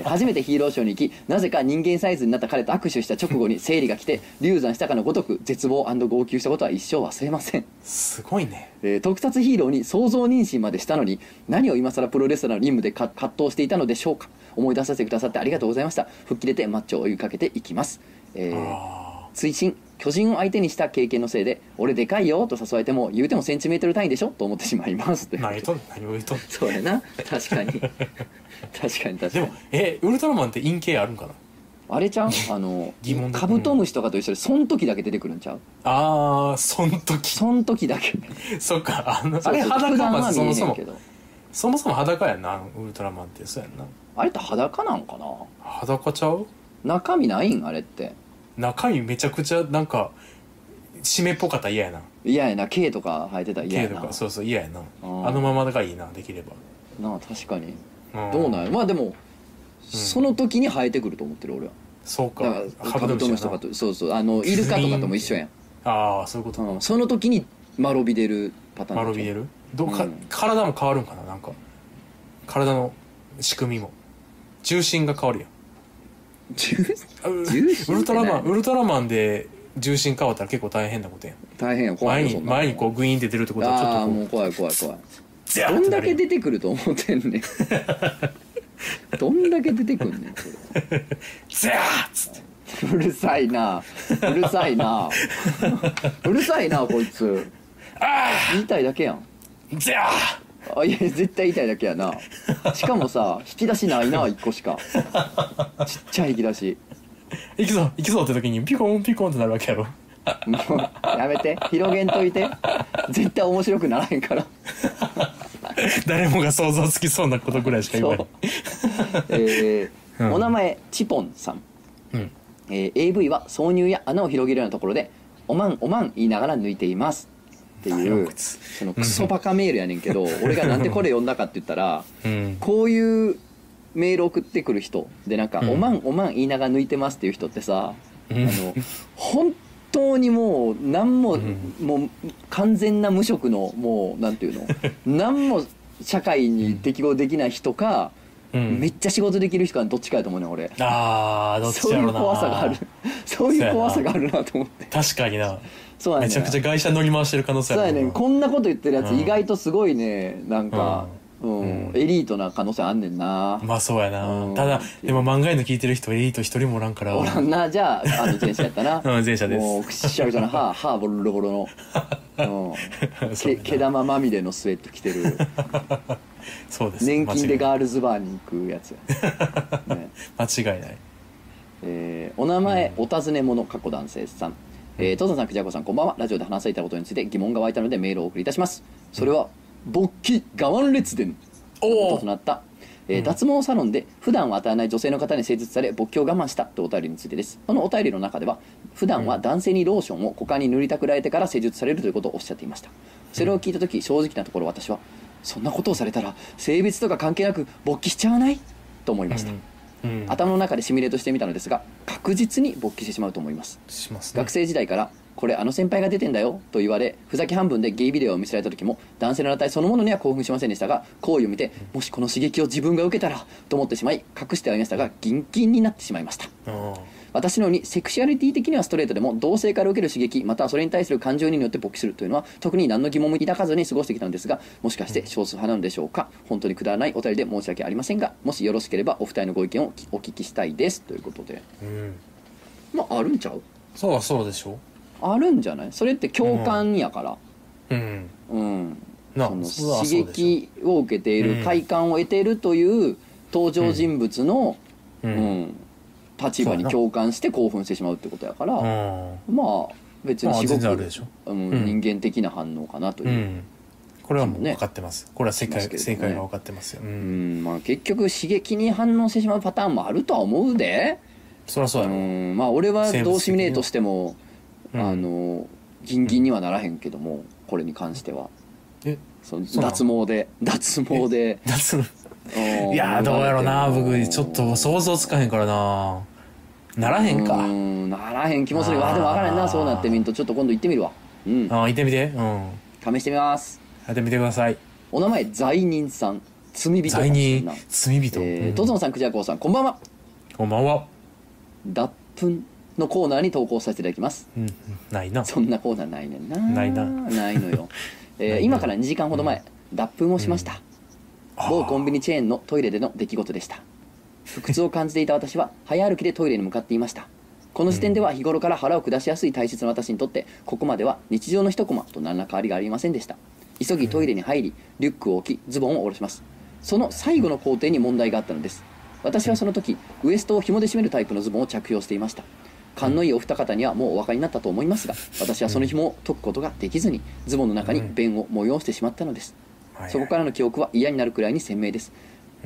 A: ー初めてヒーローショーに行きなぜか人間サイズになった彼と握手した直後に生理が来て流産したかのごとく絶望号泣したことは一生忘れません
B: すごいね
A: えー特撮ヒーローに想像妊娠までしたのに何を今更プロレスラーの任務でか葛藤していたのでしょうか思い出させてくださってありがとうございました吹っ切れてマッチョを追いかけていきます、えー、
B: あ
A: 追伸巨人を相手にした経験のせいで「俺でかいよ」と誘われても言うてもセンチメートル単位でしょと思ってしまい ます
B: ー何言うとん何を言うとん
A: そうやな確かに 確かに確か
B: で
A: に
B: もえウルトラマンって陰形あるんかな
A: あれちゃうあの
B: 疑問だ
A: カブトムシとかと一緒でそん時だけ出てくるんちゃう
B: あーそん時
A: そん時だけ
B: そっかあのあれ
A: そうそう普
B: 裸
A: 段
B: マ
A: は
B: ン
A: 見えへ
B: そもそ
A: ん
B: も
A: けど
B: そもそも裸やなウルトラマンってそうやんな
A: あれって裸なんかな
B: 裸ちゃう
A: 中身ないんあれって
B: 中身めちゃくちゃなんか締めっぽかったら嫌やな
A: 嫌やな毛とか生えてたら嫌や
B: 毛と
A: な
B: かそうそう嫌やな
A: ー
B: あのままがいいなできれば
A: なあ確かに
B: ん
A: どうなんやまあでも、その時に生えてくると思ってる俺は
B: そうか
A: だからカブトムシとか
B: や
A: とそうそうあのイルカとかとも一緒やん、
B: なああそういうこと
A: うん、その時に間延び出るパターン
B: マロビ
A: る
B: エルどうか、
A: うん
B: 体も変わるんかななんか体の仕組みも重心が変わるやんあう
A: 重心って
B: ウルトラマン
A: 何
B: ウルトラマンで重心変わったら結構大変なことやん
A: 大変や怖い
B: 前
A: よ
B: に
A: そんなの
B: 前にこうグイーンって出るってことはちょっ
A: ああ
B: とこ
A: も
B: う
A: う怖い怖い怖い
B: ジャー
A: ど
B: ッて
A: ん
B: な
A: だ
B: るや
A: け
B: ん
A: 出てくると思ってん ねんどんだけ出てくんねんそれ
B: ジャーッつって
A: うるさいなうるさい なうるさいなこいつ
B: あ
A: 言いたいだけやん
B: あジャー
A: あいや絶対痛いだけやなしかもさ引き出しないな1個しかちっちゃい引き出し
B: 行くぞ行くぞって時にピコンピコンってなるわけやろ
A: もうやめて広げんといて絶対面白くならへんから、
B: 誰もが想像つきそうなことぐらいしか言わない
A: そうえー
B: うん
A: お名前チポンさん、
B: うん
A: えー AV は挿入や穴を広げるようなところで「おまんおまん」言いながら抜いていますって
B: なん
A: い
B: や
A: う
B: こいつ
A: そのクソバカメールやねんけど俺がなんでこれ読んだかって言ったら
B: うん
A: こういうメール送ってくる人でなんか
B: う
A: 「
B: ん
A: おまんおまん」言いながら抜いてますっていう人ってさあ
B: うん
A: の本当にもう何も
B: ん
A: もう完全な無職のもうなんていう の何も社会に適合できない人か
B: うん
A: めっちゃ仕事できる人かのどっちかやと思うねん俺。
B: あーどっち
A: そう
B: や
A: い
B: ろ
A: う
B: うな
A: 怖さがある そういう怖さがあるなと思って
B: 確かにな
A: そうやねん
B: めちゃくちゃ外車乗り回してる可能性
A: そう
B: あ
A: や
B: る
A: ねんこんなこと言ってるやつ
B: うん
A: 意外とすごいねなんか、うん
B: うん
A: エリートな可能性あんねんな、
B: まあそうや
A: う
B: なんただでも漫画への聞いてる人エリート一人もおらんから
A: おらんなじゃああの前者やったな
B: うん前者です
A: もうくっしゃくしゃな歯歯ボロボロの、うん
B: そ
A: け
B: うやな
A: 毛玉まみれのスウェット着てる
B: そうです
A: 年金で
B: 間違
A: ガールズバーに行くやつや、ね
B: いない間違いない
A: えーお名前、お尋ね者過去男性さん、えー、父さんさんくじゃこさんこんばんはラジオで話されたことについて疑問が湧いたのでメールをお送りいたしますそれは勃起我慢列伝の
B: おー
A: こととなった、えー脱毛サロンで普段は与えない女性の方に施術され勃起を我慢したというお便りについてですそのお便りの中では普段は男性にローションを股間に塗りたくられてから施術されるということをおっしゃっていましたそれを聞いた時正直なところ私はそんなことをされたら性別とか関係なく勃起しちゃわないと思いました、
B: うんうん
A: 頭の中でシミュレートしてみたのですが確実に勃起してしまうと思います
B: しますね
A: 学生時代から「これあの先輩が出てんだよ」と言われふざけ半分でゲイビデオを見せられた時も男性の裸体そのものには興奮しませんでしたが行為を見てもしこの刺激を自分が受けたらと思ってしまい隠してはいましたがギンギンになってしまいました
B: うん
A: 私のようにセクシュアリティ的にはストレートでも同性から受ける刺激またはそれに対する感情によって勃起するというのは特に何の疑問も抱かずに過ごしてきたのですがもしかして少数派なのでしょうか本当にくだらないお便りで申し訳ありませんがもしよろしければお二人のご意見をお聞きしたいですということで
B: うん
A: まああるんちゃう
B: そうはそうでしょ
A: あるんじゃないそれって共感やから
B: うん
A: うん、
B: な
A: その
B: そうはそうでし
A: 刺
B: ょ
A: 激を受けてい
B: うん
A: る快感を得ているという登場人物の、
B: う
A: うん
B: ん
A: 立場に共感して興奮してしまうってことやから、
B: うん
A: まあ別に
B: まあ
A: すご
B: 全
A: く、
B: 然あるでしょ
A: うん
B: うん
A: 人間的な反応かなというう、
B: んこれはもう
A: ね
B: 分かってますこれは正解
A: しますけ
B: 正
A: どね
B: 解が分かってますよう
A: うんんまあ、結局刺激に反応してしまうパターンもあるとは思うで、
B: そりゃそう
A: う
B: やろ
A: んまあ、俺は
B: 生物的には
A: どうシミュレートしても、
B: うん
A: あのギンギンにはならへんけどもこれに関しては
B: え
A: その
B: そうなの
A: 脱毛で脱毛で
B: 夏の
A: うん
B: いやーどうやろうな僕ちょっと
A: う
B: 想像つかへんからなならへんか
A: んならへん気もするわ
B: あー
A: でも分からへんなそうなってみるとちょっと今度行ってみるわうん
B: あ行ってみてうん
A: 試してみます
B: やってみてください
A: お名前罪人さん罪人かもし
B: 罪
A: れん
B: 人
A: な
B: 罪人、
A: え
B: う
A: ー、
B: ん
A: トゾンさん、クジャコウさん、こんばんは。
B: こんばんは、
A: 脱粉のコーナーに投稿させていただきます。
B: うん、ないな
A: そんなコーナーないねんな。
B: ないな
A: ないの よ。えー
B: ないな
A: 今から2時間ほど前、脱粉をしました。
B: あー
A: 某コンビニチェーンのトイレでの出来事でした。腹痛を感じていた私は、早歩きでトイレに向かっていました。この時点では日頃から腹を下しやすい体質の私にとって、ここまでは日常の一コマと何ら変わりがありませんでした。急ぎトイレに入り、リュックを置き、ズボンを下ろします。その最後の工程に問題があったのです。私はその時、ウエストを紐で締めるタイプのズボンを着用していました。勘のいいお二方にはもうお分かりになったと思いますが、私はその紐を解くことができずに、ズボンの中に弁を模様してしまったのです。
B: はい
A: そこからの記憶は嫌になるくらいに鮮明です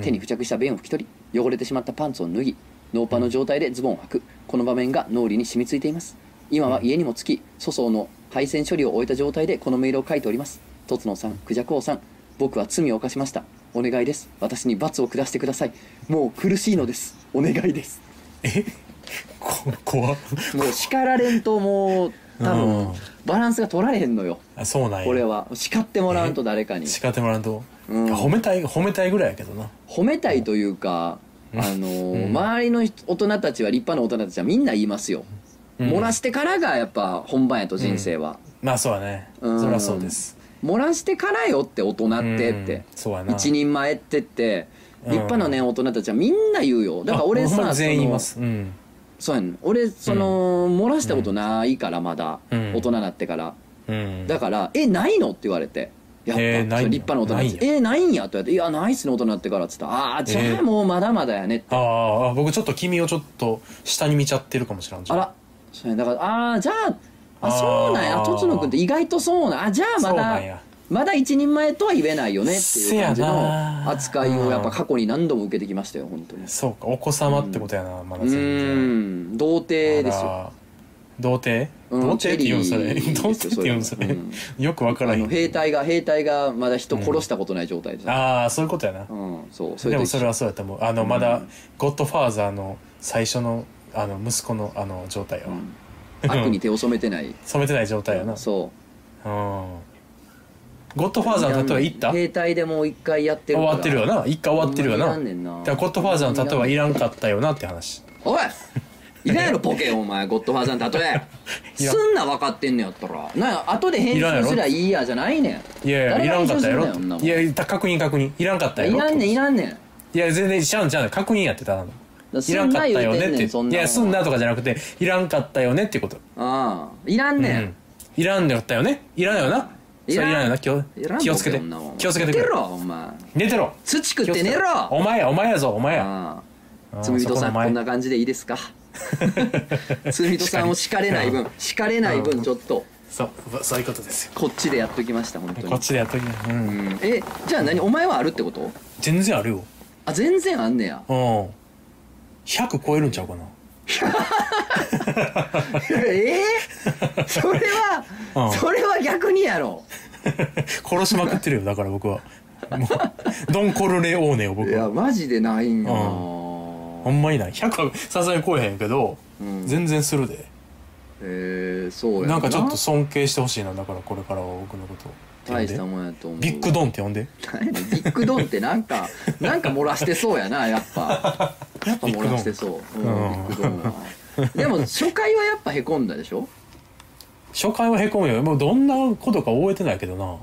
A: 手に付着した便を拭き取り汚れてしまったパンツを脱ぎノーパンの状態でズボンを履くこの場面が脳裏に染みついています今は家にも着き粗相の配線処理を終えた状態でこのメールを書いておりますとつのさんクジャコウさん僕は罪を犯しましたお願いです私に罰を下してくださいもう苦しいのですお願いです
B: えこ怖っ
A: もう叱られんともう多
B: うん
A: 分バランスが取られへんのよ
B: あそうなんや
A: これは叱ってもらうと誰かに
B: 叱ってもらうと、
A: うん
B: いや褒めたい褒めたいぐらいやけどな
A: 褒めたいというか、あのー周りの人大人たちは立派な大人たちはみんな言いますよ、
B: ん
A: 漏らしてからがやっぱ本番やと人生は、
B: まあそうやね
A: うん
B: そりゃそうです
A: 漏らしてからよって大人ってっ
B: うん
A: て、
B: そうやな
A: 一人前ってって
B: う
A: 立
B: ん
A: 派なね大人たちはみんな言うよだから俺
B: あほん
A: さ
B: ま全員
A: そ
B: 言い
A: の
B: ますうん
A: そうやねん俺その、漏らしたことないからまだ、
B: うん
A: 大人になってから
B: うん
A: だから「えないの?」って言われて「やっぱ、
B: えーないん
A: その立
B: や
A: 派な大人たちえないんや」って言われて「いやないっすね大人になってから」っつったら「ああーじ
B: え
A: ゃあ
B: ー
A: もうまだまだやね」って
B: あーあ僕ちょっと君をちょっと下に見ちゃってるかもしれんじゃ
A: あ
B: ん
A: らそうやだからああじゃああ
B: あー
A: そうなんやとつのくんって意外とそうなんあじゃあま
B: そうなん
A: だ
B: や
A: まだ一人前とは言えないよねっていう感じ
B: せやな
A: の扱いをやっぱ過去に何度も受けてきましたよ本当に
B: そうかお子様ってことやな、まだ
A: う
B: 全然
A: ん童貞ですよ
B: あら童貞、
A: うん
B: 童貞って言うんそれ
A: チェリーですよ
B: 童貞って言うんそれ、
A: それうん
B: よくわから
A: あ
B: へ
A: の
B: ん
A: 兵隊が兵隊がまだ人殺したことない状態です
B: ああそういうことやな、
A: うんそうそ
B: で
A: れと
B: も
A: 一
B: そ
A: 緒
B: れはそうやと思うあの、まだ「ゴッドファーザー」の最初のあの息子のあの状態やわ、
A: うん悪に手を染めてない
B: 染めてない状態やな、うん、
A: そう
B: ゴッドファーザーの例えば行った
A: 兵隊でもう一回やって
B: 終
A: るから
B: わってるよな一回終わってるよな
A: ほんまにいらんねんな
B: だからゴッドファーザーの例えはいらんかったよなって話
A: おいいらんやろボケお前ゴッドファーザーの例え
B: いや
A: すんな分かってんねやったらなんや後で編
B: いらんや
A: 集
B: ろ
A: すりゃいいやじゃないねん
B: いやいやいらんかったやろ
A: 誰が編集すんねんそんなもん
B: いやいや確認確認いらんかったや
A: い
B: ろ
A: らんねんい
B: い
A: らんねん
B: や全然ちゃうんちゃうん確認やってただの
A: だ
B: いらんかったよね
A: すんな言うてんね
B: っ
A: んそん
B: て
A: ないもん
B: やすんなとかじゃなくていらんかったよねってこと
A: ああいらんね
B: うんんいらんかったよねいらんよないそ
A: らん
B: れいらんよな気を
A: いらん
B: 気をつけ
A: ボ
B: て
A: ケ女は
B: 気をつけてく
A: 寝
B: れ
A: てろお前
B: 寝てろ
A: 土食って寝ろ
B: お前やお前やぞお前や
A: あ
B: あ
A: あ
B: ー
A: 罪人
B: そこ
A: さ
B: の
A: ん
B: 前
A: こんな感じでいいです か罪人さんを叱れない分叱れない分ちょっと
B: そうそういうことですよ
A: こっちでやっときました本当
B: こっ
A: に
B: ちでやっときなうん
A: うんえじゃあ何お前はあるってこと
B: 全然あるよ
A: あ全然あんねや
B: うん100超えるんちゃうかな
A: えー、それ
B: う
A: は
B: ん
A: それは逆にやろ
B: 殺しま くってるよだから僕はもうドンコルレオーネを
A: い
B: 僕
A: や
B: は
A: マジでないんよな、
B: うほんまにない100はさすがに超えへんけど、
A: うん
B: 全然するで
A: えー、そうや
B: なんかちょっと尊敬してほしいなだからこれからは僕のこと呼ん
A: 大し
B: で
A: たもんやと思う
B: ビッグドンって呼んで
A: 何やねんビッグドンってなん かなんか漏らしてそうやなやっぱやっぱ漏らしてそう、うん、ビ
B: うん
A: ッグドンはでも初回はやっぱへこんだでしょ、
B: 初回はへこむよもうどんなことか覚えてないけどな、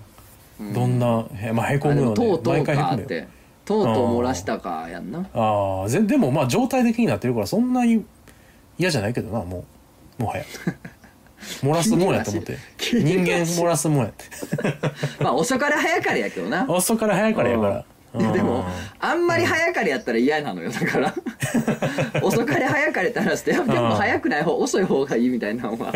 A: うん、
B: どんなへまあへこ
A: あで
B: む
A: も
B: よ
A: と
B: ね
A: うと
B: 毎
A: う
B: 回へ
A: か
B: こ
A: っ
B: むよ
A: てとうとう漏らしたかやんな
B: ああぜでもまあ状態的になってるからそんなに嫌じゃないけどなも うもはや漏らすもんやと思って
A: 君
B: 人
A: らしい
B: 間漏らすもん やって
A: まあ遅かれ早かれやけどな
B: 遅から早からやから
A: いやでも
B: う
A: あんまり早かれやったら嫌なのよだ から遅かれ早かれって話してやっぱで
B: うん
A: も早くない方遅い方がいいみたいなのは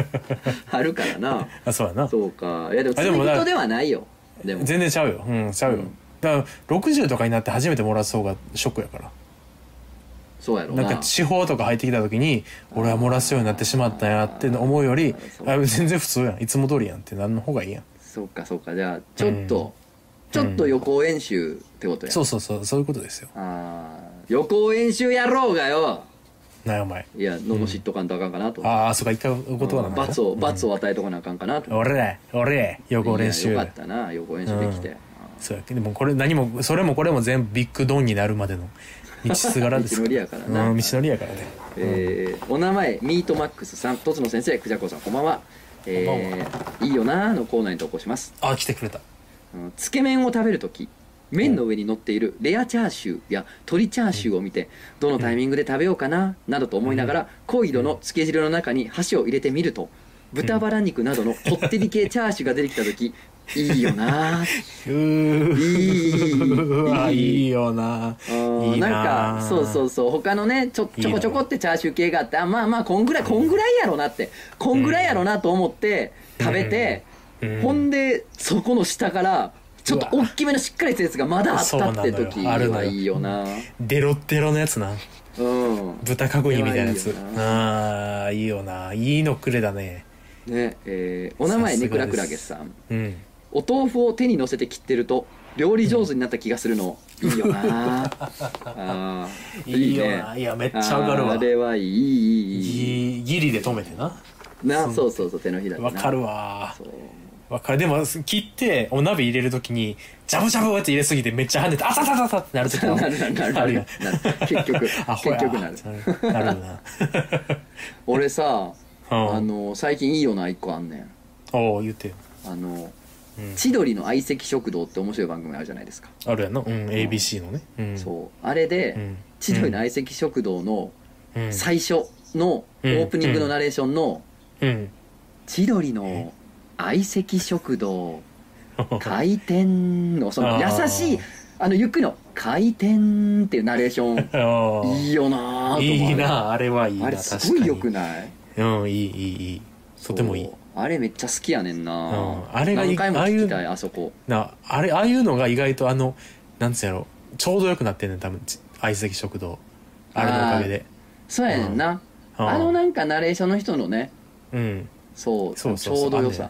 A: あるからなん
B: あそうやな
A: そうかいやでも
B: あで
A: 罪
B: もだ
A: 人ではないよでも
B: 全然ちゃうようんちゃうよ、
A: うん
B: だから60とかになって初めて漏らす方がショックやから
A: そうやろう
B: なん
A: な
B: か地方とか入ってきた時に俺は漏らすようになってしまったんやって思うより
A: そう
B: あ全然普通やんいつも通りやんってなんの方がいいやん
A: そうかそうかじゃあちょっと、ちょっと予行演習ってことや、
B: そうそうそうそういうことですよ
A: あー予行演習やろうがよ
B: なんやお前
A: いや残しとかんとあかんかなと、
B: ああそうか一回お言葉なんだ
A: 罰を罰を与えとかなあかんかなと、
B: 俺ら俺ら予行練習
A: いやよかったな予行演習できて、
B: うんそうやけどでもこれ何もそれもこれも全部ビッグドンになるまでの道すがらです
A: 道のりやからな
B: うん道のりやからね
A: えーお名前ミートマックスさんとつの先生クジャコさんこんばんは、えーいいよなーのコーナーに投稿します、
B: あ来てくれた
A: うんつけ麺を食べるとき麺の上に乗っているレアチャーシューや鶏チャーシューを見てどのタイミングで食べようかななどと思いながら濃い色のつけ汁の中に箸を入れてみると豚バラ肉などのこってり系チャーシューが出てきたときいいよなー
B: うー
A: いう
B: わ
A: い
B: いいよな
A: うん
B: いいな
A: なんかそうそううそう他のねちょちょこちょこってチャーシュー系があってあまあまあこんぐらいこんぐらいやろなってこんぐらいやろなと思って食べて、
B: うん
A: ほんでそこの下からちょっと
B: うわ
A: 大きめのしっかりしたやつがまだあったって
B: そうなの
A: 時
B: よあるの
A: は
B: よ
A: いいよな
B: デロッデロのやつな
A: うん
B: 豚かごいみたいなやつ
A: いやいいよ
B: ああいいよないいのくれだね
A: ねえーお名前ね
B: さす
A: クラ
B: がです
A: クラゲさん
B: うん
A: お豆腐を手にのせて切ってると料理上手になった気がするの、いいよなあー
B: いいよないやめっちゃわかるわ
A: あれはいいいいいい
B: ギギリで止めてな
A: なそうそうそう手のひらでな
B: わかるわ
A: そう
B: わかるでも切ってお鍋入れるときにジャブジャブって入れすぎてめっちゃ跳ねてあたたたたってなるとき
A: なるなるなる
B: あるよ
A: なる結 局
B: あほや
A: 結局なる
B: なるよ な
A: 俺さ、
B: うん
A: あの最近いいよな一個あんねん
B: おお言ってよ
A: あの、
B: うん
A: 千鳥の相席食堂って面白い番組あるじゃないですか、
B: あるやんなうん ABC のねうん
A: そうあれで、
B: うん
A: 千鳥の相席食堂の
B: うん
A: 最初のオ
B: うん
A: ープニングのナレーションの
B: うん
A: 「千鳥の相席食堂 回転」のその
B: あー
A: 優しいあのゆっくりの「回転」っていうナレーション
B: あー
A: いいよなぁと思う
B: いいなあれはいいな
A: あれすごい良くない
B: うんいいいいいいとてもいい
A: そうあれめっちゃ好きやねんな、
B: うんあれがいい
A: 何回も聞きたい
B: ああいう
A: あそこ
B: なあれああいうのが意外とあのなんつうやろちょうどよくなってんねん多分ち相席食堂あれのおかげで
A: そうやねんな、
B: うん
A: あのなんかナレーションの人のね
B: うん
A: そう
B: そうそうそう
A: ちょうどよさ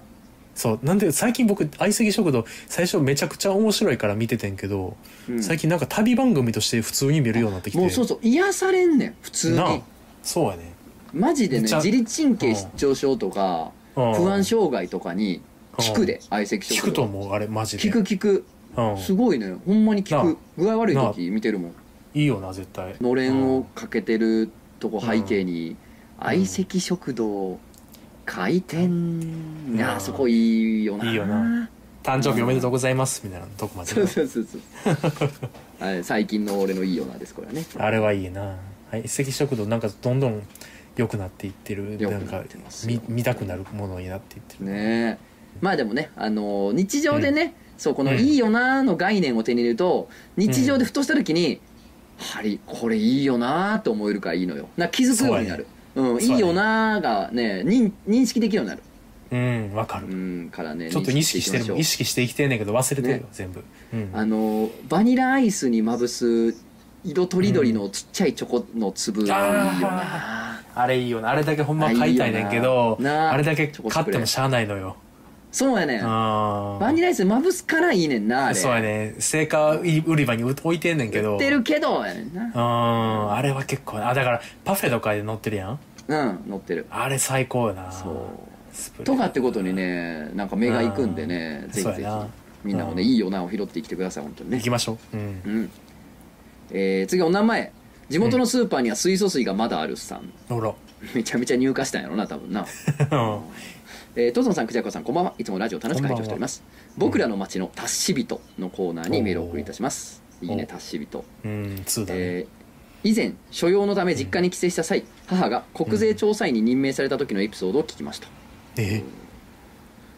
B: そうなんで最近僕相席食堂最初めちゃくちゃ面白いから見ててんけど、
A: うん
B: 最近なんか旅番組として普通に見るようになってきて
A: もうそうそう癒されんねん普通
B: なあ
A: に
B: そうやね
A: マジでね
B: めっちゃ
A: 自律神経失調症とか
B: うん
A: 不安障害とかに効くで相席
B: 聞
A: 食
B: く
A: 堂
B: と思うあれマジで
A: 効く効く
B: うん、
A: すごいのよほんまに効
B: なあ
A: く具合悪い
B: なあ
A: 時見てるもん
B: いいよな絶対
A: のれん
B: う
A: をかけてるとこ背景に相席食堂開店
B: なあ
A: あそこいいよない
B: いよな誕生日おめでとうございますみたいなとこまで
A: そうそうそうそう あれ最近の俺のいいよなですこれはね
B: あれはいいなはい一石食堂なんかどんどん良くなっていってる
A: 良く
B: なん
A: な
B: か
A: ってますよ
B: 見見たくなるものになっていってる
A: ねえまあでもね、あのー日常でね、そうこの「いいよな」の概念を手に入れると日常でふとした時に「やはりこれいいよな」と思えるからいいのよなんか気づくようになるう、ん「
B: そうやね
A: いいよな」がね認認識できるようになる、
B: うんわかる、
A: うん、からね
B: ちょっと意識してる
A: 認
B: も
A: 識いきましょ
B: ん意識して生きてんねんけど忘れてるよ、
A: ね
B: 全部、うん
A: うあのーバニラアイスにまぶす色とりどりのちっちゃいチョコの粒、いいよな
B: あれいいよなあれだけほんま買いたいねん
A: あい
B: けど
A: いよなな
B: あれだけ買ってもしゃあないのよ
A: そうやねん
B: あ
A: バニ
B: ラ
A: ラアイスまぶすからいいねんなあれ
B: そうやね成果売り場に置いてんねんけど
A: 売ってるけどやねんな
B: うんあれは結構あだからパフェとかで乗ってるやん
A: うん乗ってる
B: あれ最高よな
A: そう
B: スプレー
A: とかってことにねなんか目がいくんでね
B: うん
A: ぜひ
B: そ
A: ぜ
B: う
A: ひ
B: やな
A: みんなもね
B: うん
A: いいよなを拾ってきてください本当に
B: 行
A: ね
B: きましょう、うん
A: う、ん、えー次お名前地元のスーパーには水素水がまだあるさん
B: ほら
A: めちゃめちゃ入荷したんやろな多分な
B: うん
A: えー、トゾンさんクジャコさんこんばんはいつもラジオ楽しく拝聴しております僕らの街の達し人のコーナーにメールをお送りいたしますいいね
B: お
A: 達し人
B: うん、通だね、
A: えー以前所用のため実家に帰省した際、母が国税調査員に任命された時のエピソードを聞きました、
B: え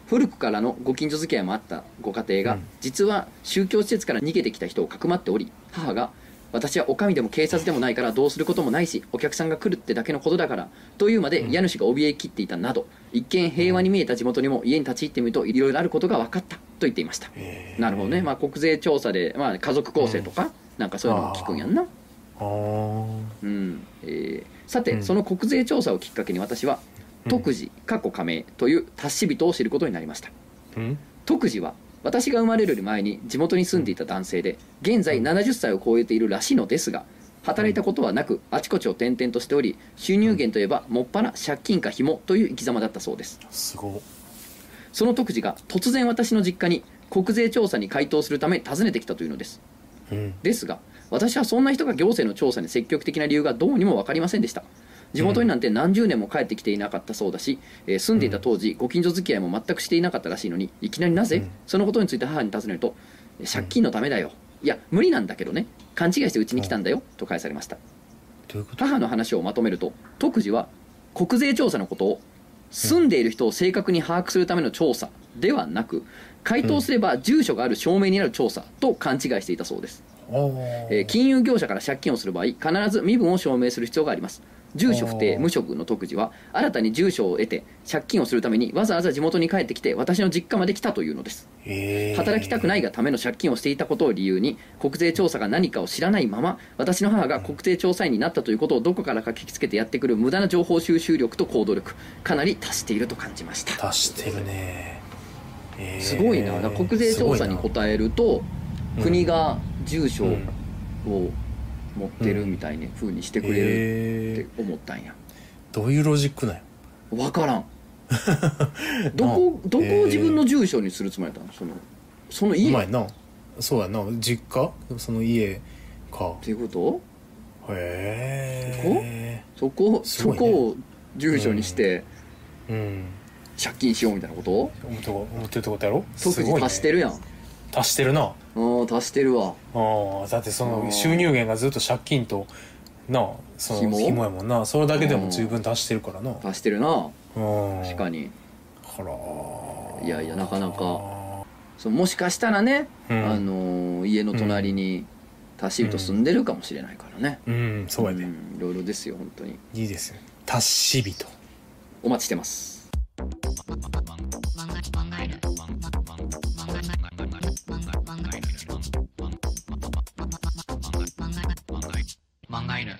A: 古くからのご近所付き合いもあったご家庭が、
B: うん
A: 実は宗教施設から逃げてきた人をかくまっており母が「私はお上でも警察でもないからどうすることもないしお客さんが来るってだけのことだから」というまで家主が怯えきっていたなど一見平和に見えた地元にも家に立ち入ってみるといろいろあることが分かったと言っていました、
B: え
A: なるほどね、まあ、国税調査で、まあ、家族構成とか、なんかそういうのも聞くんやんな
B: あー
A: うんえーさて、
B: うん
A: その国税調査をきっかけに私は
B: うん
A: 特事過去加盟という達し人を知ることになりました
B: うん
A: 特事は私が生まれるより前に地元に住んでいた男性で現在70歳を超えているらしいのですが働いたことはなくあちこちを転々としており収入源といえばもっぱら借金か紐という生き様だったそうです
B: すごっ
A: その特事が突然私の実家に国税調査に回答するため訪ねてきたというのです
B: うん
A: ですが私はそんな人が行政の調査に積極的な理由がどうにも分かりませんでした地元になんて何十年も帰ってきていなかったそうだし、えー住んでいた当時ご近所付き合いも全くしていなかったらしいのにいきなりなぜ、
B: うん
A: そのことについて母に尋ねると「借金のためだよ」いや無理なんだけどね勘違いしてうちに来たんだよ、と返されました
B: どういうこと
A: 母の話をまとめると特事は国税調査のことを住んでいる人を正確に把握するための調査ではなく回答すれば住所がある証明になる調査と勘違いしていたそうです
B: お
A: えー金融業者から借金をする場合必ず身分を証明する必要があります住所不定
B: おー
A: 無職の特需は新たに住所を得て借金をするためにわざわざ地元に帰ってきて私の実家まで来たというのです
B: えー
A: 働きたくないがための借金をしていたことを理由に国税調査が何かを知らないまま私の母が国税調査員になったということをどこからか聞きつけてやってくる無駄な情報収集力と行動力かなり達していると感じました
B: 足してるね、えー
A: すごいなだから国税調査に
B: すごいな
A: 答えると
B: うん
A: 国が住所
B: うん
A: を持ってるみたいな風にしてくれる
B: え
A: って思ったんや
B: ーどういうロジックなんや
A: 分から んどこどこを自分の住所にするつもりだったのそのその
B: う
A: 家
B: ま
A: っ
B: いなそうやな実家その家か
A: ていうこと
B: へ
A: そこ、
B: す
A: そ
B: ごいね
A: こを住所にして
B: えうん
A: 借金しようみたいなこと
B: 思って思ってるってことやろ
A: 特
B: す
A: に
B: ごいね
A: 足してるやん、
B: 足してるな
A: うん足してるわ
B: ああだってそ
A: うん
B: の収入源がずっと借金となあその
A: 紐
B: 紐やもんなそれだけでも十分足してるからな
A: 足してるな
B: 確
A: 確か
B: に
A: に
B: ほら
A: いやいやなかなかそうもしかしたらね、
B: うん
A: あのー家の隣に足し人住んでるかもしれないからね、
B: うんそうやね、
A: んいろいろですよ本当に
B: いいですよ達し人
A: お待ちしてます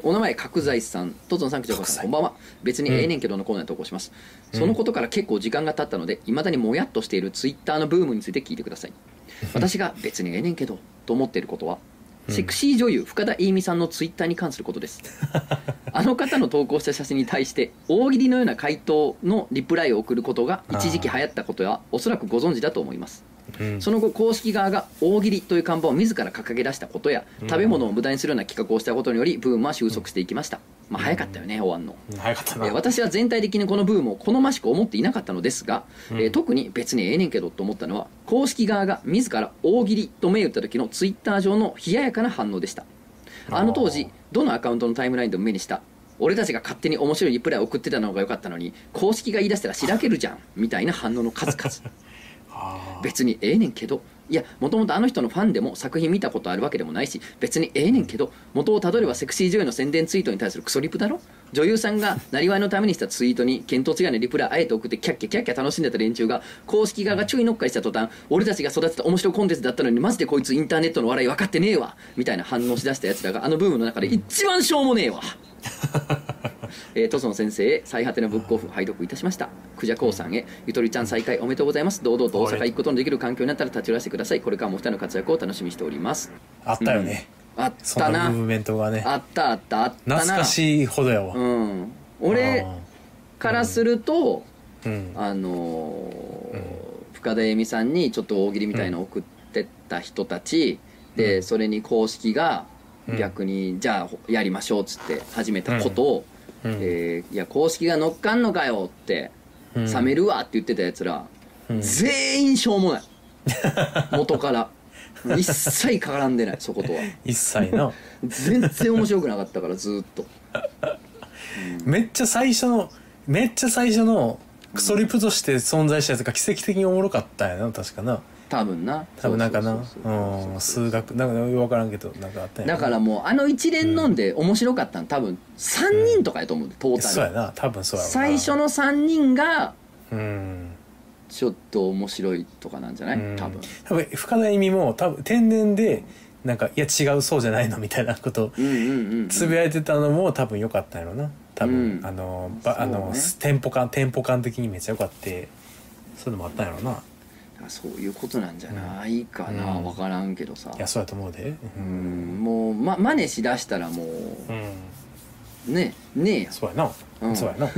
A: お名前角材さんとぞんさんくちょこさんこんばんは別にええねんけどのコーナーに投稿します、そのことから結構時間が経ったのでいまだにもやっとしているツイッターのブームについて聞いてください私が別にええねんけどと思っていることはセクシー女優深田栄美さんのツイッターに関すること ですあの方の投稿した写真に対して大喜利のような回答のリプライを送ることが一時期流行ったことはおそらくご存知だと思います
B: うん
A: その後公式側が大喜利という看板を自ら掲げ出したことや食べ物を無駄にするような企画をしたことによりブームは収束していきました、まあ、早かったよね終わんの。
B: 早かった
A: えー
B: な
A: 私は全体的にこのブームを好ましく思っていなかったのですが、
B: う
A: え
B: ん
A: ー特に別にええねんけどと思ったのは公式側が自ら大喜利と銘打った時のツイッター上の冷ややかな反応でしたあの当
B: あ
A: 時
B: ー
A: どのアカウントのタイムラインでも目にした俺たちが勝手に面白いリプライを送ってたのが良かったのに公式が言い出したらしらけるじゃんみたいな反応の数々
B: あー
A: 別にええねんけどいやもともとあの人のファンでも作品見たことあるわけでもないし別にええねんけど元をたどればセクシー女優の宣伝ツイートに対するクソリプだろ女優さんがなりわいのためにしたツイートに見当違いのリプライあえて送ってキャッキャキャッキャ楽しんでた連中が公式側が注意乗っかりした途端俺たちが育てた面白いコンテンツだったのにマジでこいつインターネットの笑い分かってねえわみたいな反応しだしたやつらがあのブームの中で一番しょうもねえわえー、トソン先生へ最果てのブックオフ拝読いたしましたクジャコウさんへゆとりちゃん再開おめでとうございます堂々と大阪行くことのできる環境になったら立ち寄らせてくださいこれからもお二人の活躍を楽しみにしております
B: あったよね
A: あっ
B: そ
A: た
B: んな
A: な
B: ムーブメントがね
A: あったあったあったな
B: 懐かしいほどやわ
A: うん俺からすると
B: うんうん
A: あのー深田恵美さんにちょっと大喜利みたいなの送ってった人たち、でそれに公式が逆に、じゃあやりましょうっつって始めたことを、
B: うん
A: えーいや公式が乗っかんのかよって、
B: うん
A: 冷めるわって言ってたやつら、
B: うん
A: 全員しょうもない 元から一切絡んでないそことは
B: 一切な
A: 全然面白くなかったからずーっと
B: めっちゃ最初のめっちゃ最初のクソリプとして存在したやつが奇跡的におもろかったんやな確かな
A: 多分な
B: 多分なんかな
A: そうそうそうそう
B: うん数学なんかよく分からんけどなんかあったんやな
A: だからもうあの一連のんで面白かったの多分3人とかやと思うトー
B: そう
A: タ
B: や
A: ル、
B: な多分そうやわな
A: 最初の3人が
B: うん
A: ちょっと面白いとかなんじゃない、
B: うん
A: 多分
B: 多分深田意味も多分天然でなんかいや違うそうじゃないのみたいなこと
A: うんうんうん、うん、
B: つぶやいてたのも多分良かったんやろな多分、
A: うん
B: あのば、あ
A: そう
B: の
A: ね
B: テンポ感テンポ感的にめっちゃ良かってそういうのもあったんやろな
A: あそういうことなんじゃないかな、
B: うん
A: 分からんけどさ
B: いやそうやと思うでう、
A: うんんもうま真似しだしたらも
B: うん、
A: う ねね
B: そうやな、
A: うん
B: そうやな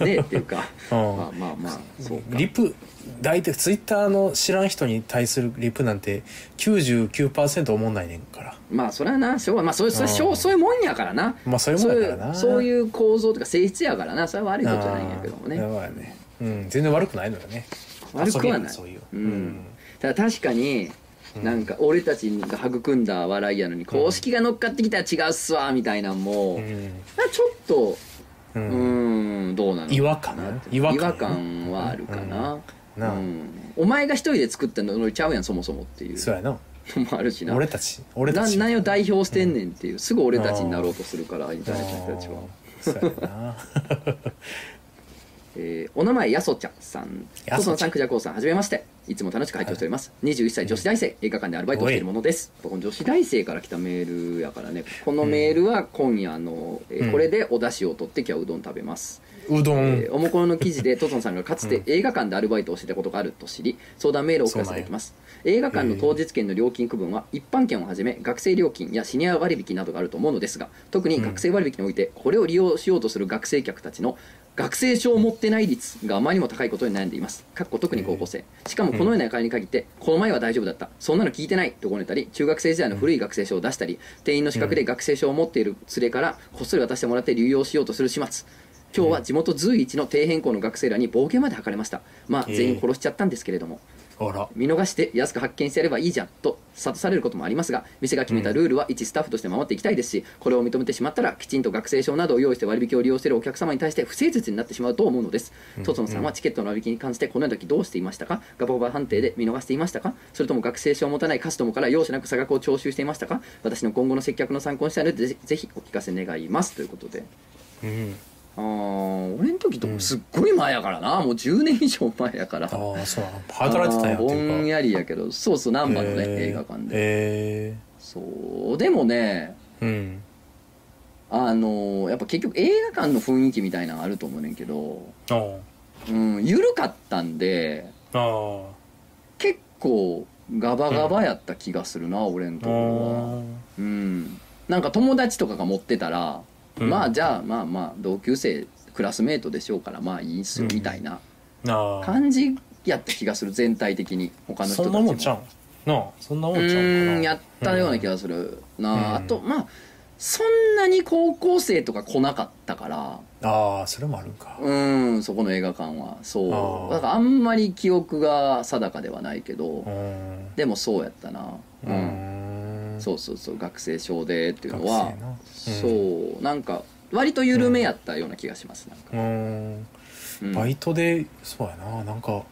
A: えやねえっていうか
B: うん
A: まあまあまあそうか
B: リプ大体ツイッターの知らん人に対するリプなんて99%思んないねんから
A: まあそれはなしょうがまあそれそれしょう
B: うん
A: そういうもんやからな
B: まあそういう
A: そ
B: も
A: うんい
B: やから
A: う
B: な
A: そう
B: う
A: いう構造とか性質やからなそれは悪いことじゃないんやけどもね
B: そうやねうん全然悪くないのよね
A: 悪くは
B: 遊び
A: な
B: や
A: い
B: そういう
A: うん、ただ確かになんか俺たちが育んだ笑いやのに公式が乗っかってきたら違うっすわみたいなんも、
B: うん
A: あちょっとう
B: う
A: んーんどうなの
B: 違和感
A: 違
B: 違
A: 和
B: 和
A: 感
B: 感
A: はあるかな,、う
B: うんんなあ
A: お前が一人で作ったのちゃうやんそもそもっていう
B: そうやな
A: のもあるしな
B: 俺たち俺た
A: な
B: ち
A: 何を代表してんねんっていう、すぐ俺たちになろうとするからインターネットの人たちは、
B: そうや な
A: えーお名前やそちゃんさん
B: やそち
A: 細
B: ゃん
A: 野さんクジャコウさんはじめましていつも楽しく拝聴しております、21歳女子大生映画館でアルバイトをしているものですこの女子大生から来たメールやからねこのメールは今夜の、えー
B: うん
A: これでお出汁を取って今日はうどん食べます
B: うどん、
A: えーおもころの記事でトトンさんがかつて映画館でアルバイトをしていたことがあると知り相談メールを送らせていただきます映画館の当日券の料金区分は一般券をはじめ学生料金やシニア割引などがあると思うのですが特に学生割引においてこれを利用しようとする学生客たちの学生証を持ってない率があまりにも高いことに悩んでいますかっこ特に高校生しかもこのような会に限ってこの前は大丈夫だったそんなの聞いてないとごねたり中学生時代の古い学生証を出したり店員の資格で学生証を持っている連れからこっそり渡してもらって流用しようとする始末今日は地元随一の底辺校の学生らに暴言まで吐かれましたまあ
B: えー
A: 全員殺しちゃったんですけれども、
B: あら
A: 見逃して安く発見してやればいいじゃんと諭されることもありますが店が決めたルールは一スタッフとして守っていきたいですしこれを認めてしまったらきちんと学生証などを用意して割引を利用しているお客様に対して不誠実になってしまうと思うのです、トトンさんはチケットの割引に関してこのような時どうしていましたかガバガバ判定で見逃していましたかそれとも学生証を持たないカストムから容赦なく差額を徴収していましたか私の今後の接客の参考にしたいのでぜひぜひお聞かせ願いますということで
B: うん
A: あー俺の時とすっごい前やからな、もう10年以上前やから
B: ああそうなの働いてたんやって
A: ぼん
B: いうか
A: やりやけどそうそう難波のね、
B: へー
A: 映画館で、
B: へ
A: そうでもね
B: えうん
A: あのーやっぱ結局映画館の雰囲気みたいなのあると思うねんけど、
B: あー
A: うん、緩かったんで
B: あー
A: 結構ガバガバやった気がするな、俺のと
B: あ
A: ころは
B: ー
A: うんなんか友達とかが持ってたら、
B: うん
A: まあじゃあまあまあ同級生クラスメートでしょうからまあいいっすよ
B: うん
A: みたいな
B: あー
A: 感じやった気がする全体的に他の人
B: そ
A: たち
B: んなもんちゃうんなあそんなもん
A: う
B: ちゃうんかな
A: ーんやったような気がするなあ、
B: うん
A: あとまあそんなに高校生とか来なかったから
B: ああそれもあるんか
A: うんそこの映画館は
B: あ
A: そ
B: ー
A: うだからあんまり記憶が定かではないけ
B: う
A: ど
B: ん
A: でもそうやったな
B: う
A: うん、
B: ん
A: そうそうそう学生証でっていう
B: 学
A: のは
B: 生な
A: そうなんか割と緩めやったような気がしますなんか、
B: うんうん
A: うん
B: バイトでそうやななんか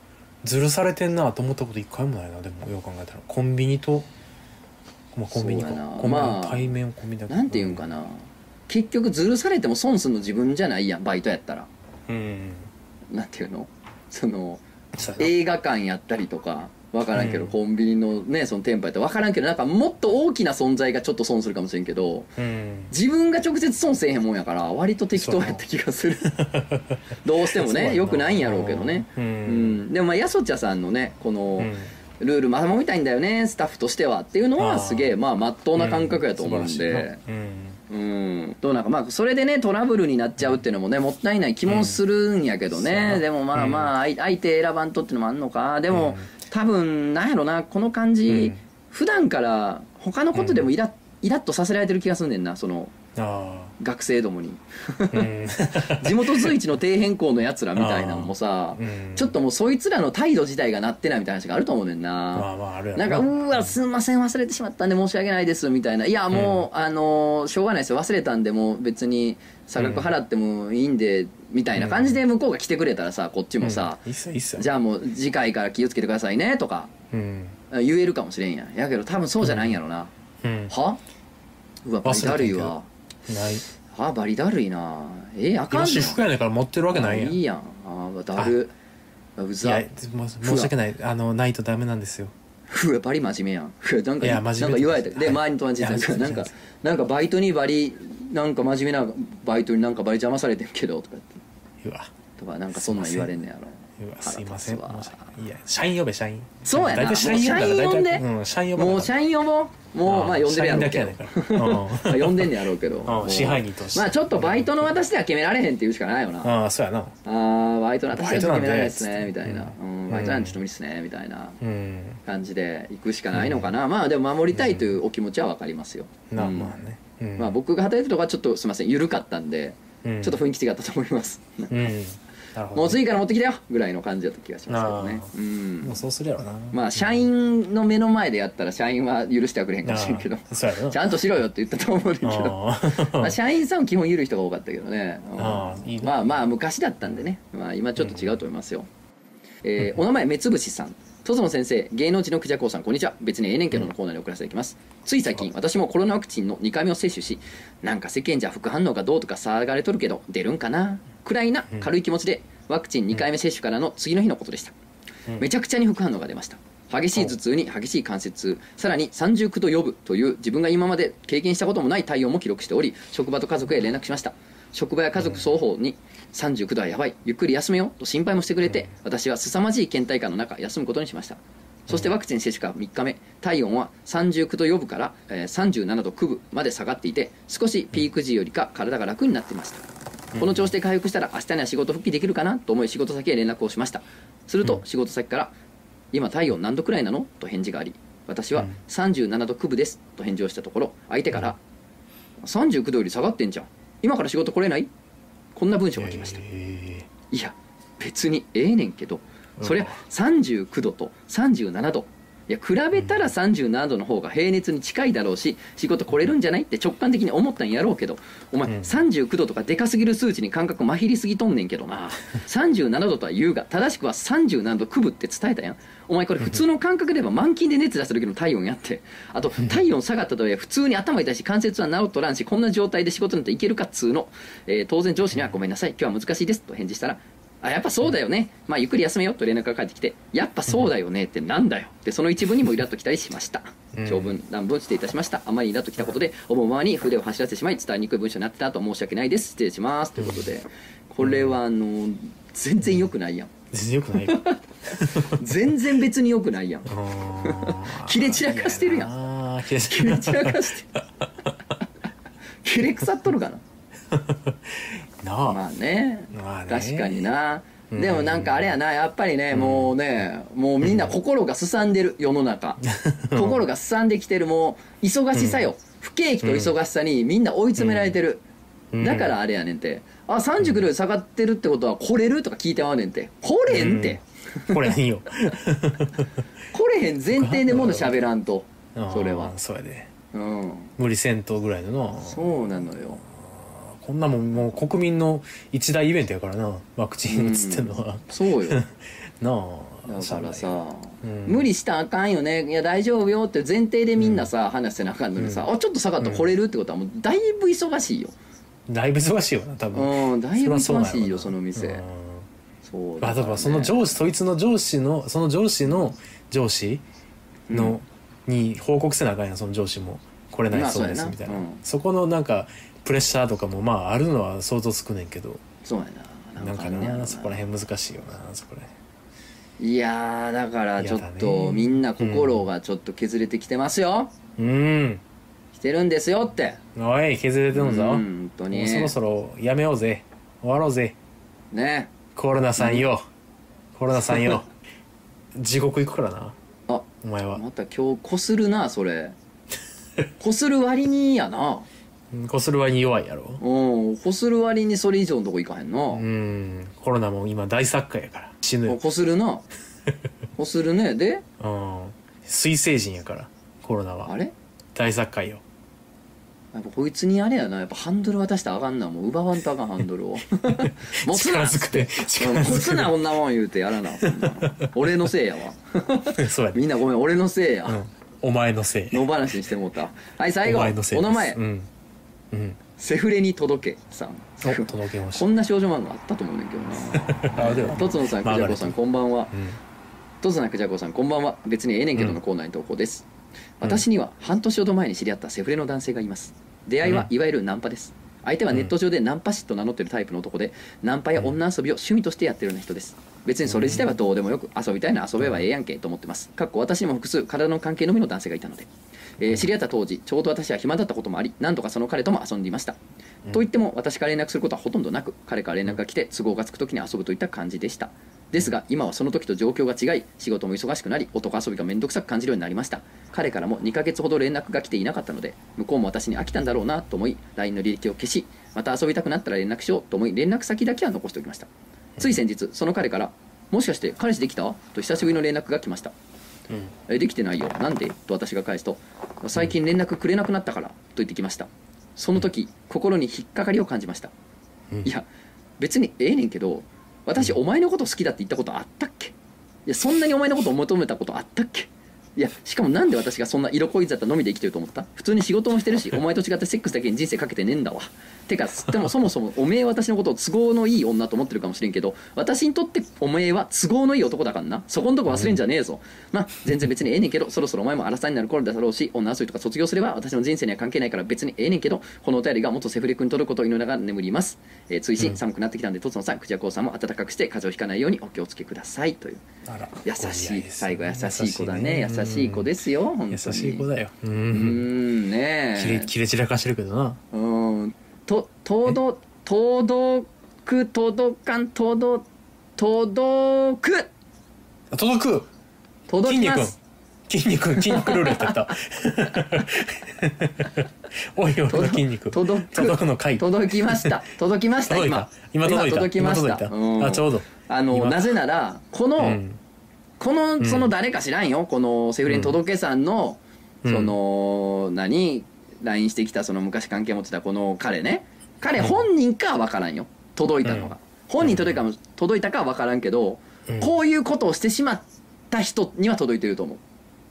B: ずるされてんなと思ったこと一回もないなでもよう考えたらコンビニと、まあ、コンビニか
A: そうやな
B: コンビニ
A: まあ
B: 対面コンビニだけど
A: なんていうんかな結局ずるされても損するの自分じゃないやんバイトやったら
B: うん
A: なんていうのその
B: そうやな
A: 映画館やったりとか分からんけど、
B: うん
A: コンビニのねその店舗やったら分からんけどなんかもっと大きな存在がちょっと損するかもしれんけど
B: うん
A: 自分が直接損せえへんもんやから割と適当やった気がするどうしても
B: そうや
A: ねよくないんやろうけどね
B: う
A: うんんでもまあやそちゃさんのねこ
B: う
A: の
B: ん
A: ルールまとめたいんだよねスタッフとしてはっていうの
B: あ
A: は
B: ー
A: すげえまあ真っ当な感覚やと思うん
B: 素晴らしい
A: で
B: なうん
A: うんどうなんかまあそれでねトラブルになっちゃうっていうのもねもったいない気もするんやけど
B: うん
A: ね、
B: そう
A: でもまあまあ、あい相手選ばんとっていうのもあんのかでも、
B: うん
A: 多分なんやろなこの感じ、
B: うん
A: 普段から他のことでもイラ,、イラッとさせられてる気がすんねんなその
B: あ
A: 学生ども に
B: あ、うん、
A: 地元随一の底辺校のやつらみたいなのもさ、
B: うん
A: ちょっともうそいつらの態度自体がなってないみたいな話があると思うねんな、
B: まあまああるや ろ
A: なんか、うーわ、すんません、忘れてしまったんで申し訳ないです、みたいな。いや、もう、あのー、しょうがないですよ。忘れたんで、もう別に、差額払ってもいいんで、みたいな感じで向こうが来てくれたらさ、こっちもさ、
B: うんいいっすよいいっすよ
A: じゃあもう次回から気をつけてくださいね、とか
B: うん
A: 言えるかもしれんやん。やけど多分そうじゃないんやろな。
B: うん
A: はうわ、バリだるいわ。
B: ない
A: あ、バリだるいな。えあかん
B: 今
A: の
B: 私服やねんから持ってるわけないやん
A: あいいやん。あー、だる。あう
B: い
A: ざ
B: や。もう申し訳ないあのないとダメなんですよ
A: うわバリ真面目やんうわなんか
B: いや
A: なん
B: 真
A: か
B: 面目
A: 言われてで
B: はい
A: 周りの友達に
B: いや
A: なんか
B: 真
A: な
B: 面
A: ん
B: 目
A: かなんかバイトにバリなんか真面目なバイトになんかバリ邪魔されてるけどとかって
B: うわ
A: とかなんかそんなん言われんね やろ
B: うわすいません
A: 腹立つ
B: 申し
A: わ
B: 訳ないいや社員呼べ社員
A: そうやな
B: 大体社員呼んだら
A: もう
B: 大
A: 社員
B: 体
A: 呼んで
B: うん社員呼ばな
A: もう
B: あかん
A: 社員呼ぼうもうまあ呼んでるやろうけど
B: 社員だけやねんから
A: まあ呼んでんねやろう けどもう
B: 支配人として
A: まあちょっとバイトの私では決められへんっていうしかないよな
B: うんああそうやな
A: あーバイトの私ではちょっと決められないですね
B: バ
A: み
B: イト
A: た
B: なんで
A: いな
B: うん
A: うんバイトなんでちょっと無理っすねみたいな
B: うん
A: 感じで行くしかないのかなまあでも守りたいというお気持ちは分かりますよ
B: な
A: うん
B: まあねうん
A: まあ、僕が働いてるとこはちょっとすみません緩かったんで、
B: うん
A: ちょっと雰囲気違ったと思います、
B: うんなるほ ど
A: もう次から持ってきたよぐらいの感じだった気がしますけどね
B: あ
A: う
B: も
A: ん
B: うそうするやろな
A: まあ社員の目の前でやったら社員は許してはくれへんかもしれんけど
B: ああそうやろな
A: ちゃんとしろよって言ったと思うねんけど
B: ああ
A: まあ、社員さんは基本緩い人が多かったけどねうん
B: ああいいね
A: まあまあ昔だったんでね、まあ、今ちょっと違うと思いますよ、えーお名前目つぶしさんとぞの先生芸能人のクジャコウさんこんにちは別にええねんけどのコーナーに送らせていただきます、つい最近私もコロナワクチンの2回目を接種しなんか世間じゃ副反応がどうとか騒がれとるけど出るんかなくらいな軽い気持ちでワクチン2回目接種からの次の日のことでした、めちゃくちゃに副反応が出ました激しい頭痛に激しい関節痛さらに39度呼ぶという自分が今まで経験したこともない対応も記録しており職場と家族へ連絡しました職場や家族双方に39度はやばいゆっくり休めよと心配もしてくれて私は凄まじい倦怠感の中休むことにしましたそしてワクチン接種から3日目体温は39度4分からえー37度9分まで下がっていて少しピーク時よりか体が楽になっていましたこの調子で回復したら明日には仕事復帰できるかなと思い仕事先へ連絡をしましたすると仕事先から「今体温何度くらいなの?」と返事があり私は「37度9分です」と返事をしたところ相手から「39度より下がってんじゃん今から仕事来れない?」こんな文章が来ました
B: え
A: いや別にええねんけどそりゃ39度と37度いや比べたら37度の方が平熱に近いだろうし仕事来れるんじゃないって直感的に思ったんやろうけどお前39度とかでかすぎる数値に感覚まひりすぎとんねんけど な37度とは言うが正しくは37度くぶって伝えたやんお前これ普通の感覚で言えば満勤で熱出した時の体温やってあと体温下がったとはいえ普通に頭痛いし関節は治っとらんしこんな状態で仕事なんていけるかっつうの、えー当然上司にはごめんなさい今日は難しいですと返事したらあやっぱそうだよね、まあ、ゆっくり休めよと連絡が返ってきてやっぱそうだよねってなんだよってその一文にもイラッときたりしました長文乱文していたしましたあまりイラッときたことで思うままに筆を走らせてしまい伝えにくい文章になってたと申し訳ないです失礼しますということでこれはあの全然良くないやん
B: 全然よくないか
A: 全然別に良くないやん
B: あー
A: 切れ散らかしてるやん
B: あー切れ
A: 切
B: 散
A: れ
B: ら
A: 散らかして 切れ腐っとるかな
B: なあ、
A: まあね,、
B: まあね
A: 確かにな
B: うん
A: でもなんかあれやなやっぱりね、もうねもうみんな心がすさんでる世の 中心がすさんできてるもう忙しさよ、不景気と忙しさにみんな追い詰められてる、
B: うん
A: だからあれやねんてあ39度で下がってるってことは来れるとか聞いてまうねんて来れんって、
B: これいいよ
A: 来れへん前提でもの喋らんと それは
B: あーそうやで
A: うん
B: 無理せんとぐらいのな
A: そうなのよ
B: こんなもんもう国民の一大イベントやからなワクチン打つってのは、
A: そうよ
B: なあ
A: だから
B: しゃあない
A: さ、
B: うん
A: 無理したらあかんよねいや大丈夫よって前提でみんなさ、話せなあかんのにさ、あちょっと下がったら来れるってことはもうだいぶ忙しいよ
B: だいぶ忙しいよな多分
A: うんだいぶ
B: そりゃそうな
A: 忙
B: んやろ
A: し
B: ない
A: よその店、
B: うん
A: そう
B: あだからその
A: 司
B: 上司そいつの上司のその上司の上司の、に報告せなあかんやんその上司も来れないそうです
A: まあ
B: み
A: そう
B: た
A: や
B: い
A: な
B: な、
A: うん
B: そこのなんかプレッシャーとかもまああるのは想像つくねんけど
A: そうやな
B: なんか
A: ね
B: なそこら辺難しいよなそこら辺
A: いやーだからちょっ
B: 嫌だ
A: と
B: ね
A: みんな心がちょっと削れてきてますよ、
B: うん
A: 来てるんですよって
B: おい削れてんぞ、
A: うん本当
B: も
A: に
B: うそろそろやめようぜ終わろうぜ
A: ね
B: コロナさんよコロナさんよ地獄行くからな
A: あ
B: お前は
A: また今日こするなそれこする割にやな
B: うんこする割に弱いやろ
A: うんこする割にそれ以上のとこ行かへんな、
B: うんコロナも今大作家やから死ぬ
A: あ
B: よ
A: こするな こするねで
B: うん水星人やからコロナは
A: あれ
B: 大作家よ
A: やっぱこいつにあれやなやっぱハンドル渡したらあかんなもう奪わんとあかんハンドル を持つな
B: 力ずくて
A: うん
B: 力
A: 持
B: ず
A: つなこんなもん言うてやらなそんな俺のせいやわ
B: く てそうやで、
A: みんなごめん俺のせいや、
B: うん、お前のせい
A: 野放しにしてもうたはい最
B: お
A: 後
B: 前のせい
A: お
B: です
A: 名前、
B: うん、うん、
A: セフレに届けさん
B: お届けまし
A: こんな少女漫画あったと思うねんけど
B: た あでは
A: なとつのさんくじゃこさんこんばんは
B: うん
A: とつなくじゃこさんこんばんは別にええねんけどのコーナーに投稿です、私には半年ほど前に知り合ったセフレの男性がいます出会いは
B: う
A: いわゆるナンパです相手はネット上でナンパ師と名乗ってるタイプの男でナンパや女遊びを趣味としてやってるような人です別にそれ自体はどうでもよく遊びたいな遊べばええやんけと思ってますかっこ私にも複数体の関係のみの男性がいたので、えー知り合った当時ちょうど私は暇だったこともあり何とかその彼とも遊んでいましたといっても私から連絡することはほとんどなく彼から連絡が来て都合がつく時に遊ぶといった感じでしたですが今はその時と状況が違い仕事も忙しくなり男遊びが面倒くさく感じるようになりました彼からも2ヶ月ほど連絡が来ていなかったので向こうも私に飽きたんだろうなと思い LINE の履歴を消しまた遊びたくなったら連絡しようと思い連絡先だけは残しておきましたつい先日その彼から「もしかして彼氏できた?」と久しぶりの連絡が来ましたえできてないよなんでと私が返すと最近連絡くれなくなったからと言ってきましたその時心に引っかかりを感じました、
B: うん
A: いや別にええねんけど私お前のこと好きだって言ったことあったっけいやそんなにお前のことを求めたことあったっけいやしかもなんで私がそんな色恋沙汰のみで生きてると思った普通に仕事もしてるしお前と違ってセックスだけに人生かけてねえんだわてかでもそもそもおめえは私のことを都合のいい女と思ってるかもしれんけど私にとっておめえは都合のいい男だからなそこんとこ忘れんじゃねえぞ、まあ全然別にええねんけどそろそろお前も荒さになる頃だろうし女遊びとか卒業すれば私の人生には関係ないから別にええねんけどこのお便りが元セフレ君に届くことを祈りながら眠ります、えー、追伸寒くなってきたんでとつのさんくじゃこうさんも暖かくして風邪をひかないようにお気をつけくださいという
B: あら
A: 優
B: お
A: し
B: 似合
A: い
B: です
A: 最後優しい子だね優しい子ですすよ本当に
B: 優しい子だよう
A: うんんね
B: 切
A: え
B: れ切れ散らかしてるけどな
A: うんと届届く届かん届届く
B: あ届く
A: 届
B: 筋
A: きま
B: 肉
A: す
B: 筋肉筋肉ルーレットやった おい俺の筋肉
A: 届く
B: 届くの回
A: 届きま した届きました
B: 届い
A: 今
B: た今届いた
A: 届きました
B: 今届い
A: ん
B: たあちょうど
A: あの
B: 今
A: なぜならこの、
B: うん
A: このその誰か知らんよ、このセフレに届けさんの、
B: うん
A: その何 LINE してきたその昔関係持ってたこの彼ね彼本人かは分からんよ届いたのが、
B: うん
A: 本人届いたかも届いたかは分からんけど、
B: うん
A: こういうことをしてしまった人には届いてると思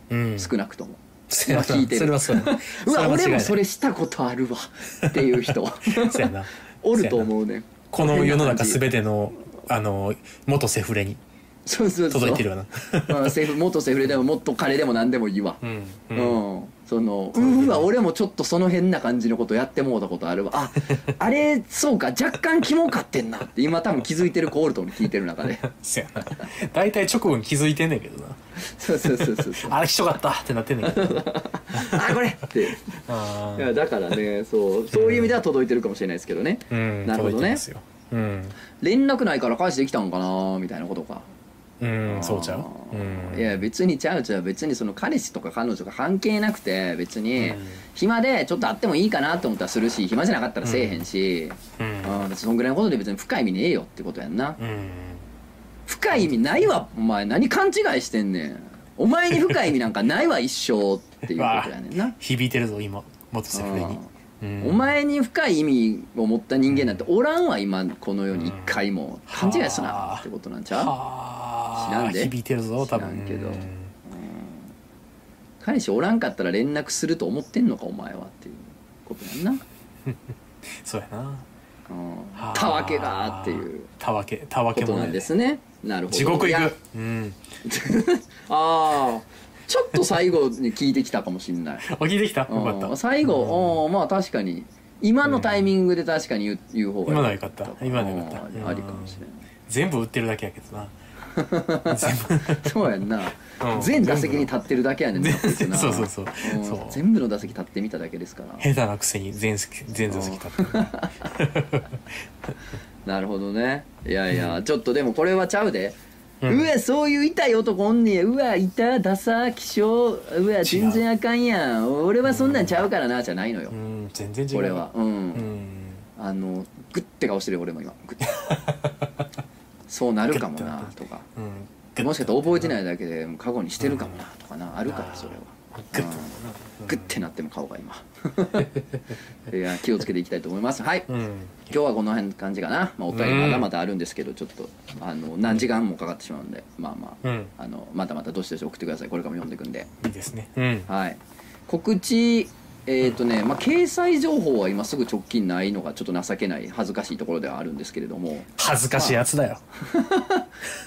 A: う
B: うん、
A: 少なくとも。
B: それは
A: まあ聞いてる
B: それはそうやな
A: うわ
B: は間違い
A: 俺
B: ない
A: もそれしたことあるわっていう 人
B: そうやな
A: おると思うねん
B: この世の 中
A: す
B: す
A: べ
B: べてのあの元セフレに
A: そうそうそう
B: 届いてるわな
A: まあセフ元セフレでももっと彼でも何でもいいわ
B: うん
A: う
B: うん
A: ん、そのうわ俺もちょっとその変な感じのことやってもうたことあるわ ああれそうか若干キモかってんなって今多分気づいてる子おると思う聞いてる中で
B: そうやな大体直後に気づいてんねんけどな
A: そうそうそうそうそう
B: あれひどかったってなってんねんけど な
A: あこれって
B: あ
A: い
B: ー
A: やだからねそうそういう意味では届いてるかもしれないですけどね、
B: うん
A: なるほどね
B: 届いてますようん
A: 連絡ないから返してきたんかなみたいなことか
B: うんそうちゃううん
A: いや別にちゃうちゃう別にその彼氏とか彼女が関係なくて別に
B: うん
A: 暇でちょっと会ってもいいかなと思ったらするし暇じゃなかったらせえへんし、
B: うん
A: あ別にそんぐらいのことで別に深い意味ねえよってことやんな
B: うん
A: 深い意味ないわお前何勘違いしてんねんお前に深い意味なんかないわ一生っていうことやねん な
B: 響いてるぞ今元セフレにうん
A: お前に深い意味を持った人間なんておらんわ今この世に一回も勘違いすなってことなんちゃう
B: は
A: 知らんで
B: 響いてるぞ多分
A: 知らんけど
B: うん
A: 彼氏おらんかったら連絡すると思ってんのかお前はっていうことやんな、
B: そうやな
A: うん
B: はあ、
A: たわけがっていう
B: たわけたわ
A: こ
B: け
A: と
B: も
A: なんです
B: ね
A: ねなるほど
B: 地獄
A: い
B: 行
A: や
B: くうん
A: ああちょっと最後に聞いてきたかもしんない
B: あ聞いてき たよ
A: うん
B: かった
A: 最後、うんまあ確かに今のタイミングで確かに言う言う方が
B: 今のはよかった今のはよかった
A: うんありかもしれ な
B: 全部売ってるだけやけどない
A: そうやんな
B: うん
A: 全打席に立ってるだけやねんな
B: 全
A: な
B: そうそうそう
A: うん
B: そう
A: 全部の打席立ってみただけですから
B: 下手なくせに全席全座席立ってる
A: なるほどねいやいやちょっとでもこれはちゃうで、う
B: うん
A: わそういう痛い男おんねやうわ痛ダサ気性うわ全然あかんやん俺はそんなんちゃうからなじゃないのよ、
B: うん全然違う
A: これはうん、
B: うん
A: あのグッて顔してるよ俺も今グッてそうなるかもなとか
B: うん
A: もしかしたら覚えてないいだけでもう過去にしてるかもなとかなあるからそれは
B: グッと
A: うんグッてなっても顔が今 いや気をつけていきたいと思いますはい
B: うん
A: 今日はこの辺の感じかな、まあ、お便り
B: うん
A: まだまだあるんですけど、ちょっとあの何時間もかかってしまうんでまあまあ,、
B: うん
A: あのまたまたどしどし送ってくださいこれからも読んでいくんで
B: いいですねうん
A: はい告知えっ、とね、まあ、掲載情報は今すぐ直近ないのがちょっと情けない恥ずかしいところではあるんですけれど も
B: 恥ずかしいやつだよ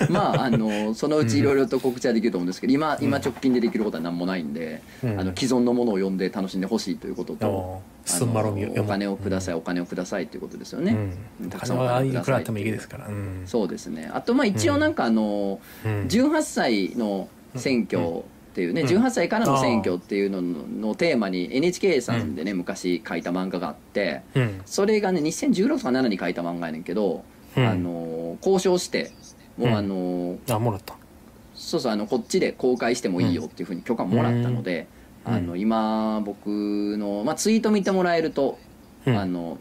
A: まああのそのうちいろいろと告知はできると思うんですけど今今直近でできることは何もないんで、
B: うん
A: あの既存のものを読んで楽しんでほしいということ
B: おー
A: と。あ
B: すんまろみを
A: のお金をください、お金をくださいということですよね、
B: うん
A: たくさんお金
B: 金い
A: くだ
B: く
A: さい
B: らあってもいいですからうん
A: そうですねあとまあ一応なんかあの、
B: うん
A: 18歳の選挙っていうね、
B: うん
A: 18歳からの選挙っていうのののテーマに NHK さんでね、昔書いた漫画があって
B: うん
A: それがね2016とか7に書いた漫画やねんけど、
B: うん
A: あの交渉してもう
B: うん
A: あの、
B: あもらった
A: そうそうあのこっちで公開してもいいよっていうふうに許可もらったので、
B: うん
A: あの今僕の、まあ、ツイート見てもらえると
B: うん
A: あの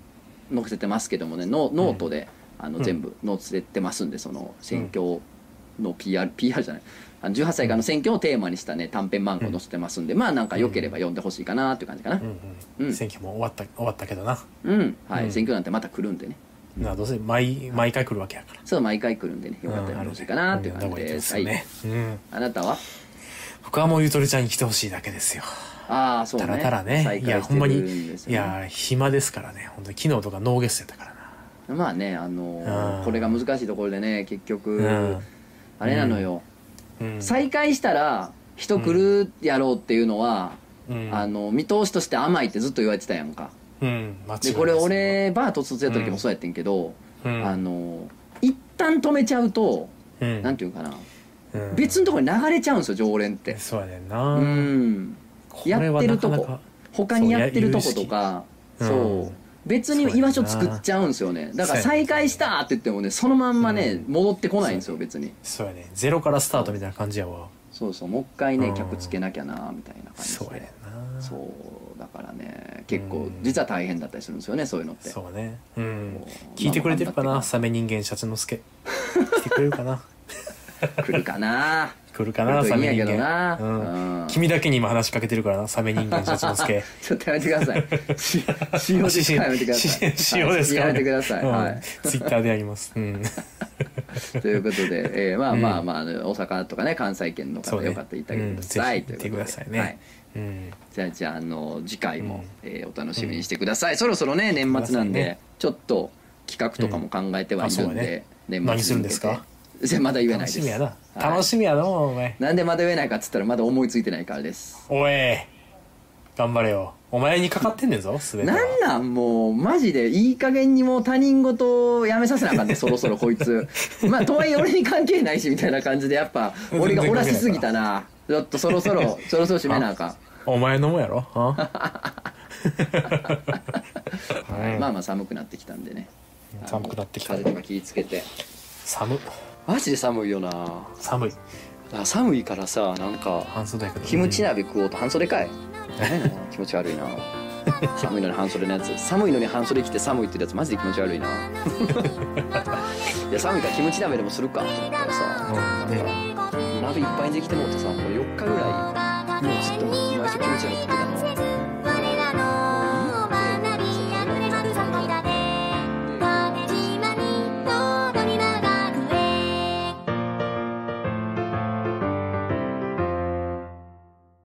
A: 載せてますけどもねノノートで、あの
B: うん
A: 全部載せてますんでその選挙の PR、PR じゃないあの18歳からの選挙をテーマにしたね短編漫画を載せてますんで、まあなんか良ければ読んでほしいかなっていう感じかな
B: うん
A: う
B: うんん選挙も終わった終わったけどな
A: うん、はい、
B: うん
A: 選挙なんてまた来るんでね
B: などうせ毎毎回来るわけやから
A: そう毎回来るんでねよかったらよろしいかなっていう感じです、
B: うん
A: はい
B: 読んだ方がいいですよねうん
A: あなたは
B: 僕はもうゆとりちゃんに来てほしいだけですよ
A: ああそうね
B: たらたらね
A: 再
B: いや
A: 開して
B: ほん
A: る
B: まに
A: んです
B: い
A: よね
B: や暇ですからね本当に昨日とかノーゲストやったからな
A: まあねあのー
B: うん
A: これが難しいところでね結局、
B: うん
A: あれなのよ、
B: うん
A: 再開したら人来るやろうっていうのは、
B: うん
A: あの見通しとして甘いってずっと言われてたやんか
B: うん間違いない
A: でこれ俺バー突然やった時もそうやってんけど、
B: うん
A: あの一旦止めちゃうと、
B: うん
A: なんていうかな、
B: うん
A: 別のところに流れちゃうんですよ常連って
B: そうやねんな
A: うん
B: これはなかなか
A: 他にやってるとことか
B: そ
A: そうう
B: や有識うん
A: 別に居場所作っちゃうんですよねだから再開したって言ってもねそのまんまね、
B: うん
A: 戻ってこないんですよ別に
B: そうやねゼロからスタートみたいな感じやわ
A: そうそうもう一回ね
B: うん
A: 客つけなきゃなみたいな感じ
B: そうやね
A: で
B: んな
A: そうだからね結
B: う
A: 構
B: ん
A: 実は大変だったりするんですよねそういうのって
B: そうねうん
A: こう
B: 聞いてくれてる
A: ま
B: か
A: あ
B: な
A: まあ
B: サメ人間シャチのすけ来てくれるかな
A: 来るかな
B: 来るか
A: 来
B: な
A: る
B: サ
A: といいん
B: メ
A: やけ
B: 人
A: どな
B: 間、うん
A: うん
B: 君だけに今話しかけてるからなサメ人間社長助
A: ちょっとやめてください。 し塩ですかやめてください。
B: 塩塩ですか
A: はいやめてください。
B: うん
A: はい。
B: ツイッターでやります、うん、
A: ということで、えー、まあまあまあ、大阪とかね関西圏の
B: そ
A: 方、
B: うね
A: よかったら行ってあげてくださ
B: う
A: い
B: ん
A: と
B: ぜ
A: いうことで、
B: ひ行ってくださいね
A: はい
B: うん
A: じゃあじゃああの次回も、えーお楽しみにしてください、そろそろね年末なんで、
B: くださいね
A: ちょっと企画とかも考えてはいるん
B: うんあそうだ
A: で
B: ね、
A: 年末に向けて
B: 何するんですか
A: じゃあまだ言えない
B: 楽
A: です
B: しみやな、
A: はい
B: 楽しみやなお前
A: なんでまだ言えないかっつったらまだ思いついてないからです
B: おい頑張れよお前にかかってんねんぞ全ては
A: なんなんもうマジでいい加減にもう他人事をやめさせなあ かんでそろそろこいつまあとはいえ俺に関係ないしみたいな感じでやっぱ俺がおらしすぎたなちょっとそろそろそろそろ締め なあかん
B: お前のもんやろ あ
A: はい、まあまあ寒くなってきたんでね
B: 寒くなってきた
A: 風邪とか気ぃつけて
B: 寒
A: マジで寒いよなだか
B: 寒い
A: ら寒いからさなんか
B: 半袖やけど
A: キムチ鍋食おうと半袖かい何やな気持ち悪いな寒いのに半袖のやつ寒いのに半袖着て寒いってやつマジで気持ち悪いないや寒いからキムチ鍋でもするかと思ったら
B: うん
A: さ
B: うん
A: 鍋いっぱいにできてもうてさもう4日ぐらいもうずっと毎週キムチ鍋食ってたの